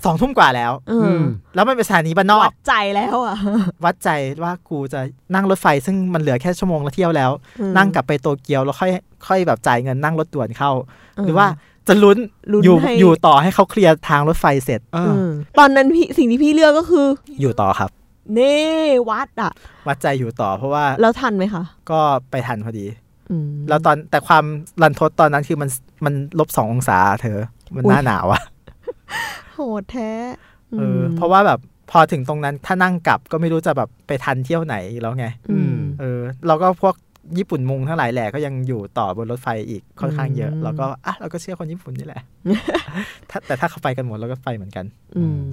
Speaker 2: สองทุ่มกว่าแล้ว
Speaker 3: เอ
Speaker 1: อื
Speaker 3: อ
Speaker 1: ม
Speaker 2: แล้วมันเป็นสถานีบ้านนอก
Speaker 3: วัดใจแล้วอ่ะ
Speaker 2: วัดใจว่ากูจะนั่งรถไฟ ซึ่งมันเหลือแค่ชั่วโมงละเที่ยวแล้ว
Speaker 3: อืม
Speaker 2: นั่งกลับไปโตเกียวแล้วค่อยค่อยแบบจ่ายเงินนั่งรถด่วนเข้า
Speaker 3: เห
Speaker 2: รือว่าจะลุ้น
Speaker 3: ลุ้น
Speaker 2: อยู่
Speaker 3: ให้
Speaker 2: อยู่ต่อให้เขาเคลียร์ทางรถไฟเสร็จ
Speaker 1: เอ
Speaker 3: เอ
Speaker 1: อ
Speaker 3: อตอนนั้นพี่สิ่งที่พี่เลือกก็คือ
Speaker 2: อยู่ต่อครับ
Speaker 3: เน่วัดอ่ะ
Speaker 2: วัดใจอยู่ต่อเพราะว่า
Speaker 3: แล้วทันไหมคะ
Speaker 2: ก็ไปทันพอดี
Speaker 3: อืม
Speaker 2: แล้วตอนแต่ความรันทดตอนนั้นคือมันมันลบสององศาเธอ มัน
Speaker 3: อุ๊ย
Speaker 2: หน้าหนาวอะ
Speaker 3: โหดแท้
Speaker 2: เอออ
Speaker 3: ม
Speaker 2: เพราะว่าแบบพอถึงตรงนั้นถ้านั่งกลับก็ไม่รู้จะแบบไปทันเที่ยวไหนแล้วไง
Speaker 3: อืม
Speaker 2: เออเราก็พวกญี่ปุ่นมุงทั้งหลายแหล่ก็ยังอยู่ต่อบนรถไฟอีกค่อนข้างเยอะ
Speaker 3: อืม
Speaker 2: เราก็อ่ะเราก็เชื่อคนญี่ปุ่นนี่แหละ ถ้าแต่ถ้าเขาไปกันหมดเราก็ไปเหมือนกัน
Speaker 3: อืม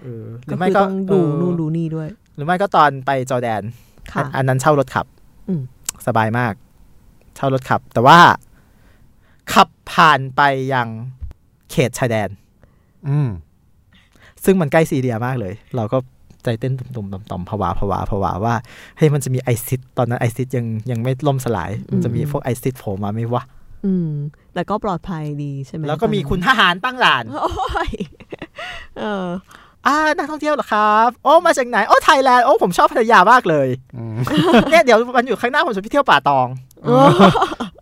Speaker 2: เออห
Speaker 3: ก็
Speaker 2: รือไม่
Speaker 3: คือ
Speaker 2: ก็
Speaker 3: ต้องดู
Speaker 2: เออ
Speaker 3: นู่นดูนี่ด้วย
Speaker 2: หรือไม่ก็ตอนไปจอร์แดน
Speaker 3: ค่ะ
Speaker 2: อันอันนั้นเช่ารถขับ
Speaker 3: อืม
Speaker 2: สบายมาก เช่ารถขับ แต่ว่า ขับผ่านไปยังเขตชายแดน
Speaker 1: อืม
Speaker 2: ซึ่งมันใกล้ซีเรียมากเลย เราก็ใจเต้นตุ่มๆต่อมๆผวาผวาผวาว่าเฮ้ยมันจะมีไอซิตตอนนั้นไอซิตยังยังไม่ล่มสลาย มันจะมีพวกไอซิตโผล่มาไหมวะ
Speaker 3: อืม แต่ก็ปลอดภัยดีใช่ไหม
Speaker 2: แล้วก็มีคุณทหารตั้งด่าน
Speaker 3: โอ้ย เออ
Speaker 2: อ่านักท่องเที่ยวเหรอครับ โอ้ มาจากไหน โอ้ ไทยแลนด์ โอ้ ผมชอบพัทยามากเลย
Speaker 1: อืม
Speaker 2: เนี่ยเดี๋ยววันอยู่ข้างหน้าผมจะไปเที่ยวป่าตอง
Speaker 3: เออ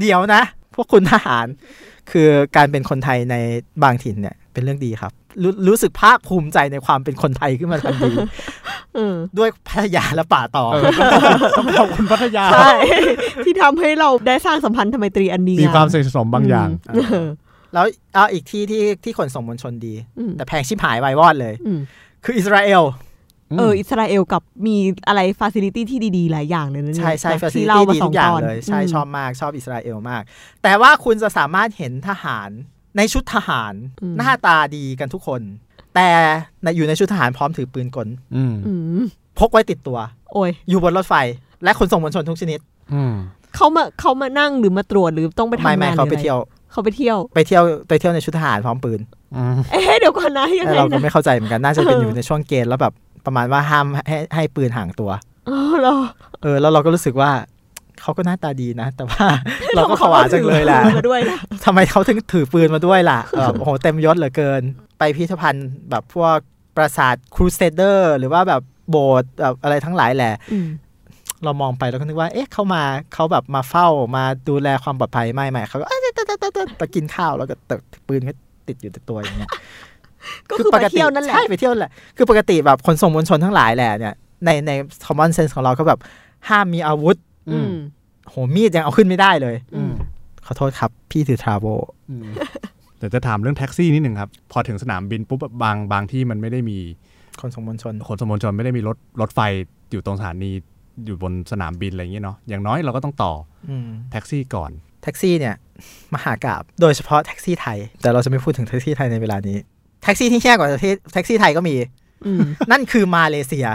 Speaker 2: เดี๋ยวนะ พวกคุณทหาร คือการเป็นคนไทยในบางถิ่นเนี่ย เป็นเรื่องดีครับ รู้รู้สึกภาคภูมิใจในความเป็นคนไทยขึ้นมาทัน ที
Speaker 3: เออ
Speaker 2: ด้วยพัทยาและป่าตอง
Speaker 1: เออต้องขอบคุณพัทยา
Speaker 3: ใช่ ที่ทำให้เราได้สร้างสัมพันธ์ทำไมตรีอันดี
Speaker 1: มีความส
Speaker 3: ง
Speaker 1: นิทสนมบางอย่าง
Speaker 3: เออ
Speaker 2: แล้วเอาอีกที่ที่ที่ขนส่งมวลชนดี
Speaker 3: อืม
Speaker 2: แต่แพงชิบหายวายวอดเลย
Speaker 3: อืม
Speaker 2: คืออิสราเอล
Speaker 3: เอออิสราเอลกับมีอะไรฟาซิลิตี้ที่ดีๆ หลายอย่างเลยนะเนี่ย
Speaker 2: ใช่ใช่
Speaker 3: จาก
Speaker 2: ฟาซิ
Speaker 3: ที่
Speaker 2: ลิ
Speaker 3: เล่า
Speaker 2: ตี้
Speaker 3: มา
Speaker 2: ดี
Speaker 3: สอ
Speaker 2: ทุ
Speaker 3: ง
Speaker 2: กอย่าง
Speaker 3: ตอน
Speaker 2: เลย ใช่
Speaker 3: ม
Speaker 2: ชอบมากชอบอิสราเอลมาก แต่ว่าคุณจะสามารถเห็นทหารในชุดทหารหน้าตาดีกันทุกคน แต่ในอยู่ในชุดทหารพร้อมถือปืนกล
Speaker 1: อืม
Speaker 3: อืม
Speaker 2: พกไว้ติดตัว
Speaker 3: โอ้ย
Speaker 2: อยู่บนรถไฟ และขนส่งมวลชนทุกชนิด
Speaker 1: อืม
Speaker 3: เขามาเขามานั่งหรือมาตรวจหรือต้องไปทำงา
Speaker 2: ไม่
Speaker 3: น
Speaker 2: ไม่
Speaker 3: หรือ
Speaker 2: เขา
Speaker 3: อะ
Speaker 2: ไปเที่ยว
Speaker 3: เขาไปเที่ยว
Speaker 2: ไปเที่ยวไปเที่ยวในชุดทหารพร้อมปืน
Speaker 1: อืม
Speaker 3: เอ๊ะเดี๋ยวก่อนนะยัง
Speaker 2: แต่
Speaker 3: ไง
Speaker 2: เราก็
Speaker 3: นะ
Speaker 2: ไม่เข้าใจเหมือนกันน่าจะเป็นอยู่ในช่วงเกณฑ์แล้วแบบประมาณว่าห้ามให้ให้ปืนห่างตัว
Speaker 3: อ๋อเหรอ
Speaker 2: เออแล้วเราก็รู้สึกว่าเขาก็หน้าตาดีนะ แต่ว่า เราก็ขวาจังเลยแหละ
Speaker 3: มาด้วยนะ
Speaker 2: ทำไมเขาถึงถือปืนมาด้วยล่ะ แบบโอ้โหเต็มยศเหลือเกิน ไปพิพิธภัณฑ์แบบพวกปราสาทครูเซเดอร์หรือว่าแบบโบสถ์แบบอะไรทั้งหลายแหละ
Speaker 3: อืม
Speaker 2: เรามองไปแล้วก็นึกว่า เอ๊ะเขามาเขาแบบมาเฝ้ามาดูแลความปลอดภัยไม่ไม่เขาก็เอ๊ะตะตะตะตะตะกินข้าวแล้วก็ตะปืนก็ติดอยู่ติดตัวอย่างเงี้ย
Speaker 3: ก็คือไปเที่ยวนั่นแหละ
Speaker 2: ใช่ไปเที่ยวแหละ คือปกติแบบคนส่งมวลชนทั้งหลายแหละเนี่ยในในคอมมอนเซนส์ของเราก็แบบห้ามมีอาวุธ
Speaker 1: อื
Speaker 3: อื
Speaker 1: ม
Speaker 3: ม
Speaker 2: โหมีดยังเอาขึ้นไม่ได้เลย
Speaker 1: อืม
Speaker 2: ขอโทษครับพี่ถือทราโว
Speaker 1: อืมเดี๋ยวจะถามเรื่องแท็กซี่นิดหนึ่งครับ พอถึงสนามบินปุ๊บบางบางที่มันไม่ได้มี
Speaker 2: คนส่งมวลชน
Speaker 1: ขนส่งมวลชนไม่ได้มีรถรถไฟอยู่ตรงสถานีอยู่บนสนามบินอะไรอย่างเงี้ยเนาะอย่างน้อยเราก็ต้องต่อ
Speaker 2: อืม
Speaker 1: แท็กซี่ก่อน
Speaker 2: แท็กซี่เนี่ย มหากราบโดยเฉพาะแท็กซี่ไทย แต่เราจะไม่พูดถึงแท็กซี่ไทยในเวลานี้ แท็กซี่ที่แย่กว่าที่แท็กซี่ไทยก็มี
Speaker 3: อืม
Speaker 2: นั่นคือมาเลเซีย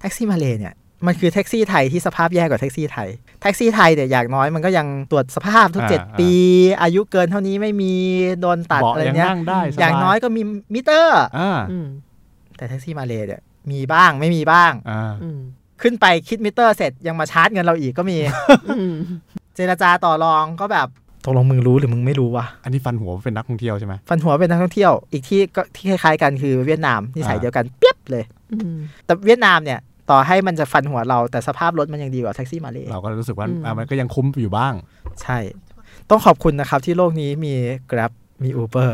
Speaker 2: แท็กซี่มาเลเนี่ยมันคือแท็กซี่ไทยที่สภาพแย่กว่าแท็กซี่ไทยแท็กซี่ไทยเนี่ยอย่างน้อยมันก็ยังตรวจสภาพทุก
Speaker 1: อ่าอ่า
Speaker 2: 7 ปี อายุเกินเท่านี้ไม่มีโดนตัด
Speaker 1: เบาะ
Speaker 2: อะไร
Speaker 1: ยัง
Speaker 2: เนี้ย
Speaker 1: นั่งได้สบ
Speaker 2: อย่างน้อยก็มีมิเตอร์
Speaker 1: อ่า
Speaker 3: อืม
Speaker 2: แต่แท็กซี่มาเลเนี่ยมีบ้างไม่มีบ้าง
Speaker 1: อ่า
Speaker 3: อืม
Speaker 2: ขึ้นไปคิดมิเตอร์เสร็จยังมาชาร์จเงินเราอีกก็มี
Speaker 3: อืม
Speaker 2: เจรจาต่อรองก็แบบตกลงมึงรู้หรือมึงไม่รู้วะ
Speaker 1: อันนี้ฟันหัวว่าเป็นนักท่องเที่ยวใช่ไหม
Speaker 2: ฟันหัวเป็นนักท่องเที่ยวอีกที่ก็ที่คล้ายๆกันคือเวียดนามนิสัย
Speaker 1: อ่า
Speaker 2: เดียวกันเปียบเลย
Speaker 3: อืม
Speaker 2: แต่เวียดนามเนี่ย ต่อให้มันจะฟันหัวเราแต่สภาพรถมันยังดีกว่าแท็กซี่มาเลย
Speaker 1: เราก็รู้สึกว่า
Speaker 3: อืม
Speaker 1: อ่ะมันก็ยังคุ้มอยู่บ้าง
Speaker 2: ใช่ ต้องขอบคุณนะครับที่โลกนี้มี Grab มี Uber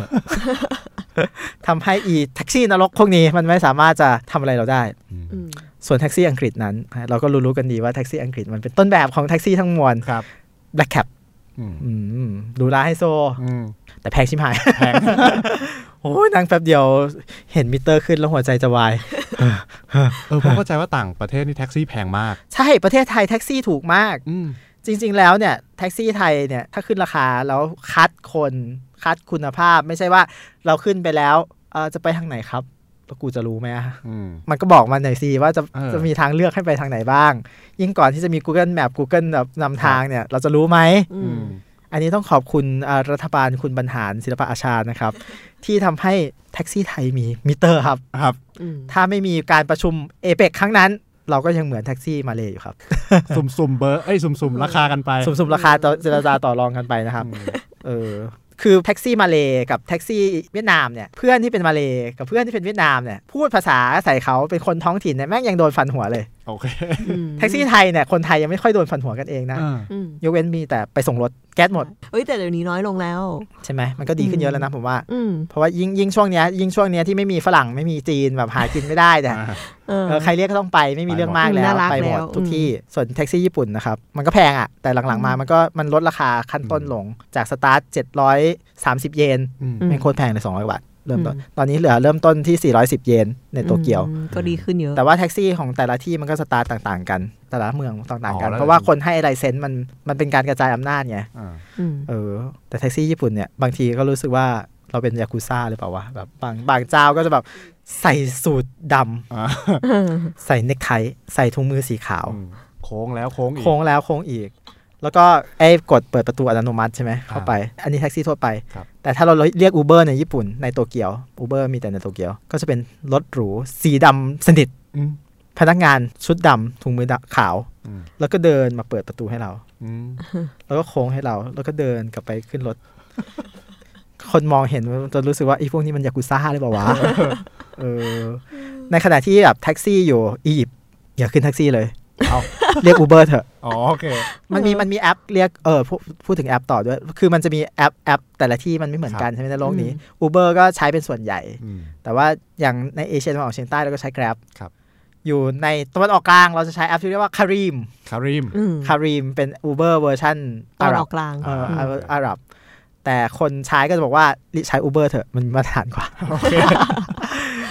Speaker 2: ทำให้อีแท็กซี่นรกพวกนี้มันไม่สามารถจะทำอะไรเราได้
Speaker 3: อืม
Speaker 2: ส่วนแท็กซี่อังกฤษนั้น เราก็รู้ๆกันดีว่าแท็กซี่อังกฤษมันเป็นต้นแบบของแท็กซี่ทั้งมวล
Speaker 1: ครับ
Speaker 2: Black Cab
Speaker 1: อืม
Speaker 2: อืมดูร้าให้โซ
Speaker 1: อืม
Speaker 2: แต่แพงชิมหาย
Speaker 1: แพง
Speaker 2: โอ้ยนั่งแป๊บเดียวเห็นมิเตอร์ขึ้นแล้วหัวใจจะวาย
Speaker 1: เออผมเข้าใจว่าต่างประเทศนี่แท็กซี่แพงมาก
Speaker 2: ใช่ ประเทศไทยแท็กซี่ถูกมาก
Speaker 1: อืม
Speaker 2: จริง ๆ แล้วเนี่ยแท็กซี่ไทยเนี่ยถ้าขึ้นราคาแล้วคัดคนคัดคุณภาพ ไม่ใช่ว่าเราขึ้นไปแล้วเออจะไปทางไหนครับแล้วกูจะรู้ไหมอะ
Speaker 1: อืม
Speaker 2: มันก็บอกมาหน่อยสิว่าจะ
Speaker 1: เออ
Speaker 2: จะมีทางเลือกให้ไปทางไหนบ้าง ยิ่งก่อนที่จะมี Google Map Google แบบนำทางเนี่ย เราจะรู้ไหม
Speaker 3: อื
Speaker 1: อื
Speaker 3: ม
Speaker 1: ม
Speaker 2: อันนี้ต้องขอบคุณเอ่อรัฐบาลคุณบรรหารศิลปะอาชานะครับ ที่ทำให้แท็กซี่ไทยมีมิเตอร์ครับ
Speaker 1: ครับ
Speaker 3: อืม
Speaker 2: ถ้าไม่มีการประชุมเอเปกครั้งนั้น เราก็ยังเหมือนแท็กซี่มาเลยอยู่ครับ
Speaker 1: สุ่มๆเบอร์เอ้ยสุ่มๆราคากันไป
Speaker 2: สุ่มๆราคาต่อเจรจาต่อรองกันไปนะครับ
Speaker 1: อืม
Speaker 2: เออ คือแท็กซี่มาเลกับแท็กซี่เวียดนามเนี่ย เพื่อนที่เป็นมาเลกับเพื่อนที่เป็นเวียดนามเนี่ย พูดภาษาใส่เขาเป็นคนท้องถิ่นเนี่ยแม่งยังโดนฟันหัวเลย
Speaker 1: โอเค
Speaker 2: แท็กซี่ไทยเนี่ยคนไทยยังไม่ค่อยโดนฟันหัวกันเองนะ
Speaker 1: อ่าย
Speaker 2: กเว้นมีแต่ไปส่งรถแก๊สหมด
Speaker 3: เอ้ยแต่เดี๋ยวนี้น้อยลงแล้ว
Speaker 2: ใช่ไหมมันก็ดีขึ้นเยอะแล้วนะผมว่า
Speaker 3: อืม
Speaker 2: เพราะว่ายิ่งยิ่งช่วงเนี้ยยิ่งช่วงเนี้ยที่ไม่มีฝรั่งไม่มีจีนแบบหากินไม่ได้เนี่ย
Speaker 1: อ่า
Speaker 3: เออ
Speaker 2: เออใครเรียกก็ต้องไปไม่มีเรื่องมากแล้ว
Speaker 3: น่ารัก
Speaker 2: ไปหมด
Speaker 3: แล้ว
Speaker 2: ทุก
Speaker 3: อืม
Speaker 2: ที่ส่วนแท็กซี่ญี่ปุ่นนะครับ มันก็แพงอ่ะ แต่หลังๆมามันก็มันลดราคาขั้นต้น
Speaker 1: อืม
Speaker 2: ลงจากสตาร์ท 730 เยน
Speaker 1: อืม
Speaker 3: อืม
Speaker 2: แม่งโคตรแพงเลย 200 บาท เริ่มต้นตอนนี้เหลือเริ่มต้นที่ 410 เยนในโตเกียว
Speaker 3: อืมก็ดีขึ้นเยอะ
Speaker 2: แต่ว่าแท็กซี่ของแต่ละที่มันก็สตาร์ทต่างๆกัน แต่ละเมืองต่างๆกัน
Speaker 1: อ๋อแล้ว
Speaker 2: เพราะว่าคนให้ไลเซนส์มันมันเป็นการกระจายอำนาจไง
Speaker 1: อ่า
Speaker 3: อืม
Speaker 2: เออแต่แท็กซี่ญี่ปุ่นเนี่ยบางทีก็รู้สึกว่าเราเป็นยากุซ่าหรือเปล่าวะแบบบางบางเจ้าก็จะแบบใส่สูทดำ
Speaker 1: อ่า
Speaker 2: ใส่เนคไทใส่ถุงมือสีขาว
Speaker 1: อืมโค้งแล้วโค้งอีก
Speaker 2: โค้งแล้วโค้งอีก แล้วก็ไอ้กดเปิดประตูอัตโนมัติใช่ไหมเข้าไป อันนี้แท็กซี่ทั่วไป
Speaker 1: ครับ
Speaker 2: แต่ถ้าเราเรียกอูเบอร์ในญี่ปุ่นในโตเกียวอูเบอร์มีแต่ในโตเกียว ก็จะเป็นรถหรู สีดำสนิท
Speaker 1: อืม
Speaker 2: พนักงานชุดดำถุงมือดำขาว
Speaker 1: อืม
Speaker 2: แล้วก็เดินมาเปิดประตูให้เรา
Speaker 1: อืม
Speaker 2: แล้วก็โค้งให้เรา แล้วก็เดินกลับไปขึ้นรถ คนมองเห็นมันจะรู้สึกว่าไอ้พวกนี้มันยากุซ่าหรือเปล่าวะ เออ ในขณะที่แบบแท็กซี่อยู่อียิปต์อย่าขึ้นแท็กซี่เลย
Speaker 1: เอา
Speaker 2: เรียกอูเบอร์เถอะ
Speaker 1: อ๋อโอเค
Speaker 2: มันมีมันมีแอปเรียกเออพูดพูดถึงแอปต่อด้วย คือมันจะมีแอปแอป แต่ละที่มันไม่เหมือนกันใช่ไหมในโลกนี้ Uber ก็ใช้เป็นส่วนใหญ่
Speaker 1: อืม
Speaker 2: แต่ว่าอย่างในเอเชียตะวันออกเฉียงใต้เราก็ใช้ Grab
Speaker 1: ครับ
Speaker 2: อยู่ในตะวันออกกลางเราจะใช้แอปที่เรียกว่าคารีม
Speaker 1: คาริม
Speaker 3: อืม
Speaker 2: คารีมเป็น Uber เวอร์ชัน
Speaker 3: ตอ
Speaker 2: อาน หรั
Speaker 3: อ
Speaker 2: บอก
Speaker 3: กลาง
Speaker 2: เออ
Speaker 1: ม
Speaker 2: อาหรับอาหรับ แต่คนใช้ก็จะบอกว่าใช้ Uber เถอะมันมาตรฐานกว่า
Speaker 1: โอเค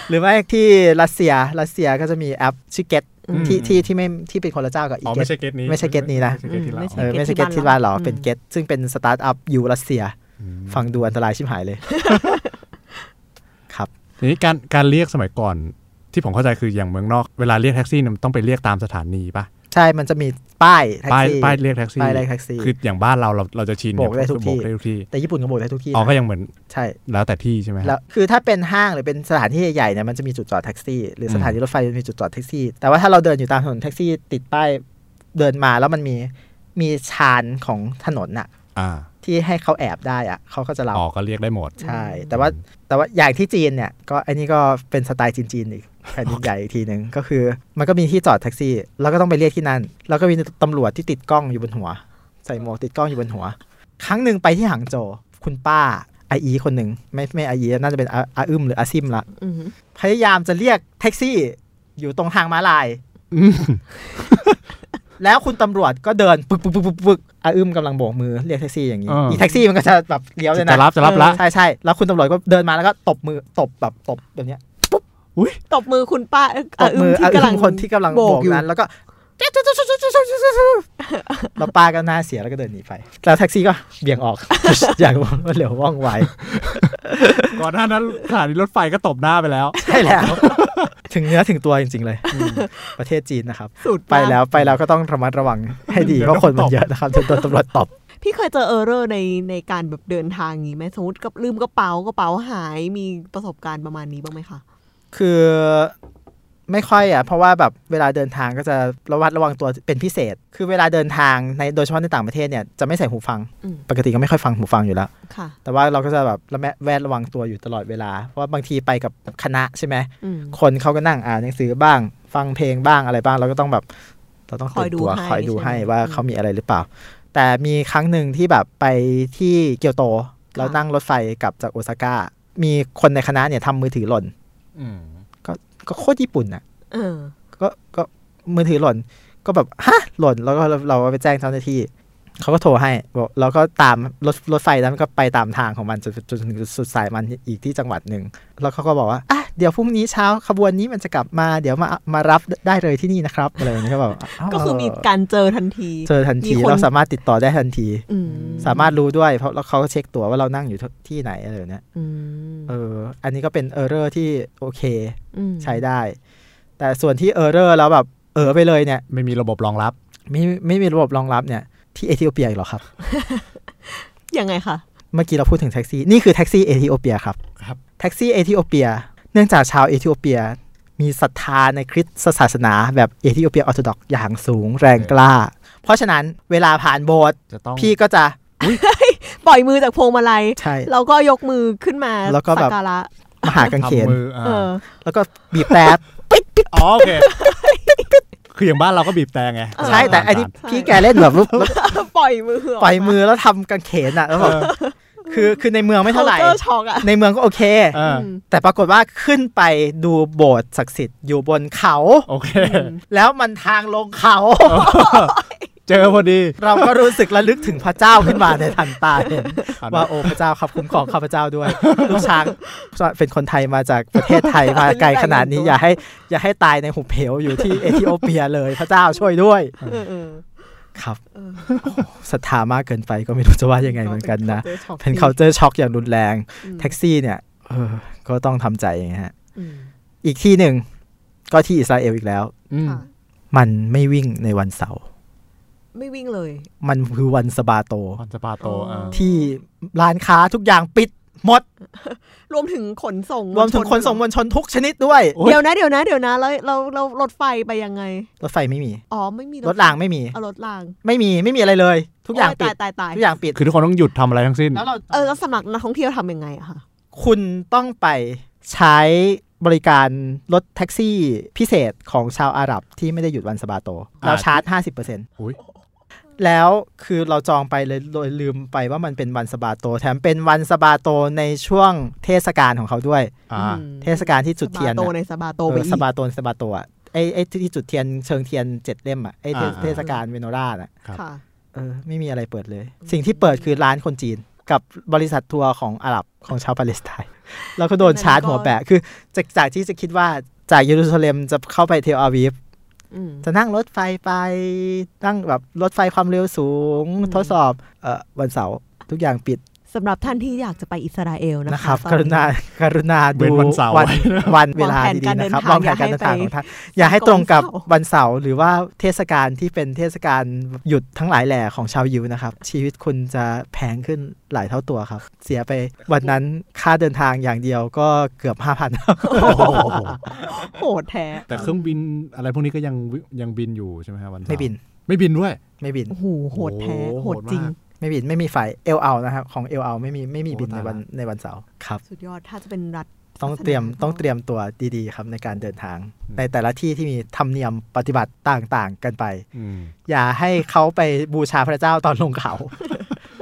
Speaker 2: หรือไม่ที่รัสเซียรัสเซียก็จะมีแอปชื่อ Get
Speaker 3: อืม
Speaker 2: ที่ที่ที่ไม่ที่เป็นคนละเจ้ากับอี
Speaker 1: อ๋อ
Speaker 2: เก
Speaker 1: ไม่ใช่เกตนี้
Speaker 2: ไม่ใช่เกตนี้นะ
Speaker 1: ไม่ใช่เกตที่เรา
Speaker 3: ไม่ใช่
Speaker 2: เออ
Speaker 3: เก็ต
Speaker 2: ไม่ใช่
Speaker 3: ที่
Speaker 2: เก็ต
Speaker 3: บ้าน
Speaker 2: ที่บ้านเรา
Speaker 3: เรา
Speaker 2: เป็น
Speaker 3: อืม
Speaker 2: เก็ตซึ่งเป็นสตาร์ทอัพอยู่รัสเซีย
Speaker 1: ม
Speaker 2: ฟังดูอันตรายชิบหายเลย ครับ
Speaker 1: ทีนี้การการเรียกสมัยก่อน ที่ผมเข้าใจคืออย่างเมืองนอกเวลาเรียกแท็กซี่เนี่ยมันต้องไปเรียกตามสถานีป่ะ
Speaker 2: ใช่มันจะมีป้ายแท็ก
Speaker 1: ป้าย
Speaker 2: ซี่
Speaker 1: ป้ายเรียกแท็กซี่
Speaker 2: ป้ายเรียกแท็กซี่
Speaker 1: คืออย่างบ้านเราเราเราจะชินเนี่ย
Speaker 2: โบกได้ทุกที่
Speaker 1: โบกได้ทุกที่
Speaker 2: แต่ญี่ปุ่นก็โบกได้ทุกที่
Speaker 1: อ๋อ
Speaker 2: นะ
Speaker 1: ก็ยังเหมือน
Speaker 2: ใช่
Speaker 1: แล้วแต่ที่ใช่ไหมฮะ
Speaker 2: แล้วคือถ้าเป็นห้างหรือเป็นสถานที่ใหญ่ๆเนี่ยมันจะมีจุดจอดแท็กซี่หรืออ
Speaker 1: ม
Speaker 2: สถานีรถไฟมีจุดจอดแท็กซี่ แต่ว่าถ้าเราเดินอยู่ตามถนนแท็กซี่ติดป้ายเดินมาแล้วมันมีมีชานของถนนน่ะ
Speaker 1: อ่า
Speaker 2: ที่ให้เขาแอบได้อะเขาก็จะรับ
Speaker 1: อ๋อก็เรียกได้หมด
Speaker 2: ใช่ แต่ว่าแต่ว่าอย่างที่จีนเนี่ยก็อันนี้ก็เป็นสไตล์จีนๆอีกแผ่นดินใหญ่อีกทีหนึ่งก็คือ มันก็มีที่จอดแท็กซี่ แล้วก็ต้องไปเรียกที่นั่น แล้วก็มีตำรวจที่ติดกล้องอยู่บนหัว ใส่หมวกติดกล้องอยู่บนหัว ครั้งหนึ่งไปที่หางโจวคุณป้าไออีคนหนึ่งไม่ไม่ไออีน่าจะเป็นอาอาอึมหรืออาซิมละ
Speaker 3: อืม
Speaker 2: พยายามจะเรียกแท็กซี่อยู่ตรงทางม้าลาย
Speaker 1: อืม
Speaker 2: แล้วคุณตำรวจก็เดินปึกปึกปึกปึกปึกอาอึมกำลังโบกมือเรียกแท็กซี่อย่างนี้
Speaker 1: อ่า
Speaker 2: อีแท็กซี่มันก็จะแบบเลี้ยวเลยนะ
Speaker 1: จะรับจะรับละ
Speaker 2: ใช่ใช่แล้วคุณตำรวจก็เดินมาแล้วก็ตบมือตบแบบตบแบบเนี้ย
Speaker 1: อุ้ย
Speaker 3: ตบมือคุณป้าเ
Speaker 2: ตบมือ
Speaker 3: ที่
Speaker 2: อ่ะ
Speaker 3: กำลัง
Speaker 2: คนที่กำลังโบ
Speaker 3: โบก
Speaker 2: ก
Speaker 3: อยู่
Speaker 2: นั้นแล้วก็แล้วป้าก็หน้าเสียแล้วก็เดินหนีไปแล้วแท็กซี่ก็เบี่ยงออก อย่างรวดเร็วว่องไว
Speaker 1: ก่อนหน้านั้นสถานีรถไฟก็ตบหน้าไปแล้ว
Speaker 2: ใช่แล้ว ถึงเนื้อถึงตัวจริง ๆ เลย ประเทศจีนนะครับ
Speaker 3: สุด
Speaker 2: ไป
Speaker 3: มาก
Speaker 2: แล้วไปแล้วก็ต้องระมัดระวังให้ดี
Speaker 1: เดี๋ยว
Speaker 2: เพราะคนมัน
Speaker 1: โดนตบ
Speaker 2: เยอะนะครับโดนตำรวจตบ
Speaker 3: พี่เคยเจอเออร์เรอร์ในในการแบบเดินทางอย่างนี้ไหมสมมติกับลืมกระเป๋ากระเป๋าหายมีประสบการณ์ประมาณนี้บ้างไหมคะ
Speaker 2: คือไม่ค่อยอ่ะ เพราะว่าแบบเวลาเดินทางก็จะระวัดระวังตัวเป็นพิเศษ คือเวลาเดินทางในโดยเฉพาะในต่างประเทศเนี่ยจะไม่ใส่หูฟัง
Speaker 3: อืม
Speaker 2: ปกติก็ไม่ค่อยฟังหูฟังอยู่แล้ว
Speaker 3: ค่ะ
Speaker 2: แต่ว่าเราก็จะแบบระแวดแวดระวังตัวอยู่ตลอดเวลา เพราะว่าบางทีไปกับคณะใช่ไหม
Speaker 3: อืม
Speaker 2: คนเขาก็นั่งอ่านหนังสือบ้าง ฟังเพลงบ้างอะไรบ้าง เราก็ต้องแบบเราต้อง
Speaker 3: คอย
Speaker 2: ตื่นตัว
Speaker 3: ดูให้
Speaker 2: คอยดูให้
Speaker 3: ใช่ไหม
Speaker 2: ว่าเขามีอะไรหรือเปล่า แต่มีครั้งหนึ่งที่แบบไปที่เกียวโตแล้ว
Speaker 3: ค่ะ
Speaker 2: นั่งรถไฟกลับจากโอซาก้ามีคนในคณะเนี่ยทำมือถือหล่น
Speaker 1: อืม
Speaker 2: ก็โคตรญี่ปุ่นอ่ะ
Speaker 3: เออ
Speaker 2: ก็ก็มือถือหล่น ก็แบบฮะหล่นแล้วก็เราเราก็ไปแจ้งเจ้าหน้าที่ เขาก็โทรให้บอกเราก็ตามรถรถไฟนั้นก็ไปตามทางของมันจนจนถึงสุดสายมันอีกที่จังหวัดหนึ่งแล้วเขาก็บอกว่าอ่ะเดี๋ยวพรุ่งนี้เช้าขบวนนี้มันจะกลับมาเดี๋ยวมามารับได้เลยที่นี่นะครับอะไรอย่างเงี้ยก็แบบเา
Speaker 3: ก็คือมีการเจอทันที
Speaker 2: เจอทันที
Speaker 3: มีคน
Speaker 2: เราสามารถติดต่อได้ทันที
Speaker 3: อืม
Speaker 2: สามารถรู้ด้วยเพราะแล้วเขาก็เช็คตัวว่าเรานั่งอยู่ที่ไหนอะไรอย่างเนี้ย
Speaker 3: อืม
Speaker 2: เอออันนี้ก็เป็นเออร์เรอร์ที่โอเค
Speaker 3: ม
Speaker 2: ใช้ได้ แต่ส่วนที่เออร์เรอร์แล้วแบบเออไปเลยเนี่ย
Speaker 1: ไม่มีระบบรองรับ
Speaker 2: ไม่ไม่มีระบบรองรับเนี่ยที่เอธิโอเปียอีกเหรอครับ
Speaker 3: ยังไงคะ
Speaker 2: เมื่อกี้เราพูดถึงแท็กซี่ นี่คือแท็กซี่เอธิโอเปียครับ
Speaker 1: ครับ
Speaker 2: แท็กซี่เอธิโอเปีย เนื่องจากชาวเอธิโอเปีย มีศรัทธาในคริสตศาสนาแบบเอธิโอเปียออร์โธดอกซ์อย่างสูงแรงกล้า เพราะฉะนั้นเวลาผ่านโบสถ์
Speaker 1: จะต้อง
Speaker 2: พี่ก็จะ
Speaker 3: ปล่อยมือจากพวงมาลัย
Speaker 2: ใช่
Speaker 3: เราก็ยกมือขึ้นมา
Speaker 2: แล้วก็แบบ
Speaker 3: สัการะ
Speaker 2: มหากางเขน
Speaker 1: ทำมืออ่า
Speaker 3: เออ
Speaker 2: แล้วก็บี บแตรปิ๊ดปิ๊ด
Speaker 1: อ๋อโอเค คืออย่างบ้านเราก็บีบแต่ไง
Speaker 2: ใช่แต่อันนี้พี่แกเล่นแบบ ปุ๊บแล้ว
Speaker 3: ปล่อยมือ
Speaker 2: ปล่อยมือแล้วทำกางเขนอ่ะแล้วแบบคือคือในเมืองไม่เท่าไหร่
Speaker 3: เจอช็อกอ่ะ
Speaker 2: ในเมืองก็โอเค
Speaker 1: เออ
Speaker 3: ม
Speaker 2: แต่ปรากฏว่าขึ้นไปดูโบสถ์ศักดิ์สิทธิ์อยู่บนเขา
Speaker 1: โอเค
Speaker 2: แล้วมันทางลงเขา
Speaker 1: เจอพอดี
Speaker 2: เราก็รู้สึกระลึกถึงพระเจ้าขึ้นมาในทันตาเห็น ว่าโอ้พระเจ้าครับคุ้มครองข้าพเจ้าด้วย ลูกช้างเป็นคนไทยมาจากประเทศไทยมาไกลขนาด นี้ อย่าให้อย่าให้ตายในหุบเหวอยู่ ที่เอธิโอเปียเลยพระเจ้าช่วยด้วย
Speaker 3: เออเออ
Speaker 2: ครับ
Speaker 3: เออ
Speaker 2: ศรัทธามากเกินไปก็ไม่รู้จะว่ายังไงเหมือนกัน นะ เป็น
Speaker 3: เขา
Speaker 2: culture shock อย่างรุนแรง
Speaker 3: อืม
Speaker 2: แท็กซี่เนี่ยเออก็ต้องทำใจอย่างเงี้ยฮะ
Speaker 3: อืม
Speaker 2: อีกที่หนึ่งก็ที่อิสราเอลอีกแล้ว
Speaker 1: อืม
Speaker 3: ค่ะ
Speaker 2: มันไม่วิ่งในวันเสาร์
Speaker 3: ไม่วิ่งเลย
Speaker 2: มันคือวันสบาโต
Speaker 1: คอนสปาโต
Speaker 3: อ๋อ
Speaker 1: อ่า
Speaker 2: ที่ร้านค้าทุกอย่างปิด หมด
Speaker 3: รวมถึงขนส่ง
Speaker 2: รวมถึงขนส่งมวลชนทุกชนิดด้วย
Speaker 1: โอ๊ย
Speaker 3: เดี๋ยวนะเดี๋ยวนะเดี๋ยวนะแล้วเราเรารถไฟไปยังไง
Speaker 2: รถไฟไม่มี
Speaker 3: อ๋อไม่มี
Speaker 2: รถรางไม่มี
Speaker 3: เอารถราง
Speaker 2: ไม่มีไม่มีอะไรเลย ทุกอย่าง
Speaker 3: โ
Speaker 2: ปิด
Speaker 3: ตายตาย
Speaker 2: ทุก
Speaker 3: ตาย
Speaker 2: อย่างปิด
Speaker 1: คือทุกคนต้องหยุดทำอะไรทั้งสิ้น
Speaker 2: แล้วเรา
Speaker 3: เออแล้วสำหรับนักท่องเที่ยวทำยังไงอะคะ
Speaker 2: คุณต้องไปใช้บริการรถแท็กซี่พิเศษของชาวอาหรับที่ไม่ได้หยุดวันสะบาโต เราชาร์จ
Speaker 1: อุ๊ย
Speaker 2: 50%แล้วคือเราจองไปเลยโดยลืมไปว่ามันเป็นวันสะบาโต แถมเป็นวันสะบาโตในช่วงเทศกาลของเขาด้วย
Speaker 1: อ่า
Speaker 3: อืม
Speaker 2: เทศกาลที่จุดเทียน
Speaker 3: สะบาโต
Speaker 2: น่ะ
Speaker 3: ในสะบาโต
Speaker 2: เอ
Speaker 3: ไป
Speaker 2: อ
Speaker 3: อี
Speaker 2: ส
Speaker 3: ก
Speaker 2: บาโตนสบาโตอ่ะไอ้ไอ้ที่จุดเทียนเชิงเทียนเจ็ดเล่มอ่ะไอ้เทศ
Speaker 1: อ่า
Speaker 2: เทศกาลเวโนราอ่ะ
Speaker 1: ครับ
Speaker 3: ค่ะ
Speaker 2: เออไม่มีอะไรเปิดเลย สิ่งที่เปิดคือร้านคนจีน กับบริษัททัวร์ของอาหรับของชาวปาเลสไตน์ แล้วก็โดนชาร์จหัวแปะคือจากจากที่จะคิดว่าจากเยรูซาเล็มจะเข้าไปเทลอาวีฟ
Speaker 3: อืม
Speaker 2: จะนั่งรถไฟไปนั่งแบบรถไฟความเร็วสูง
Speaker 3: อืม
Speaker 2: ทดสอบเอ่อวันเสาร์ทุกอย่างปิด
Speaker 3: สำหรับท่านที่อยากจะไปอิสราเอลนะ
Speaker 2: นะคะ ครับ
Speaker 3: ตอก
Speaker 2: รุณาการุณา
Speaker 1: เว้
Speaker 2: ดู
Speaker 1: นวันเสาร์
Speaker 2: วันวันเวลาดีๆนะครับวางแผนการเดินทางของท่าน อย่าให้ตรงกับวันเสาร์หรือว่าเทศกาลที่เป็นเทศกาลหยุดทั้งหลายแหล่ของชาวยิวนะครับ ชีวิตคุณจะแพงขึ้นหลายเท่าตัวครับ เสียไปวันนั้นค่าเดินทางอย่างเดียวก็เกือบ 5,000
Speaker 3: โหดแท้
Speaker 1: แต่เครื่องบินอะไรพวกนี้ก็ยังวิยังบินอยู่ใช่ไหมครับวันเสาร์
Speaker 2: ไม่บิน
Speaker 1: ไม่บินด้วย
Speaker 2: ไม่บิน
Speaker 3: โอ้โหโหดแท้
Speaker 1: โอ้โห
Speaker 3: โหดจริง
Speaker 1: โหดมาก
Speaker 2: ไม่บินไม่มีไฟเอลเอานะครับ ของเอลเอาไม่มีไม่มีบินในวันในวันเสาร์ครับ
Speaker 3: สุดยอดถ้าจะเป็นรัฐ
Speaker 2: ต้องเตรียม
Speaker 3: ศาสนา
Speaker 2: ต้องเตรียมตัวดีๆ ครับในการเดินทาง ในแต่ละที่ที่มีธรรมเนียมปฏิบัติต่างๆ กันไป
Speaker 1: อืม
Speaker 2: อย่าให้เขาไปบูชาพระเจ้าตอนลง เขา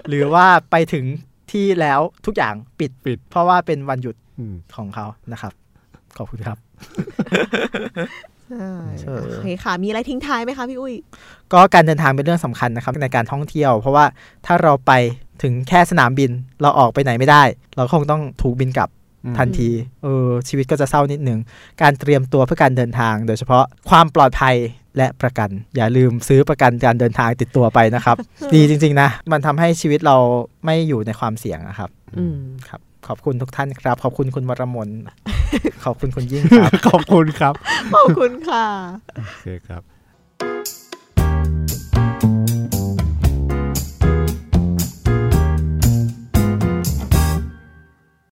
Speaker 2: หรือว่าไปถึงที่แล้วทุกอย่างปิด
Speaker 1: ปิด
Speaker 2: เพราะว่าเป็นวันหยุด
Speaker 1: อืม
Speaker 2: ของเขานะครับ ขอบคุณครับ
Speaker 3: ใช่
Speaker 2: ใช่
Speaker 3: โอเคค่ะ มีอะไรทิ้งท้ายไหมคะพี่อุ้ย
Speaker 2: ก็การเดินทางเป็นเรื่องสำคัญนะครับในการท่องเที่ยว เพราะว่าถ้าเราไปถึงแค่สนามบินเราออกไปไหนไม่ได้ เราคงต้องถูกบินกลับ
Speaker 1: อืม
Speaker 2: ทันทีเออชีวิตก็จะเศร้านิดหนึ่งการเตรียมตัวเพื่อการเดินทาง โดยเฉพาะความปลอดภัยและประกัน อย่าลืมซื้อประกันการเดินทางติดตัวไป นะครับ ดีจริง ๆ นะ มันทำให้ชีวิตเราไม่อยู่ในความเสี่ยงนะครับ
Speaker 3: อืม
Speaker 2: ครับขอบคุณทุกท่านครับ ขอบคุณคุณวรมน ขอบคุณคุณยิ่งครับ
Speaker 1: ขอบคุณครับ
Speaker 3: ขอบคุณค่ะ
Speaker 1: โอเคครับ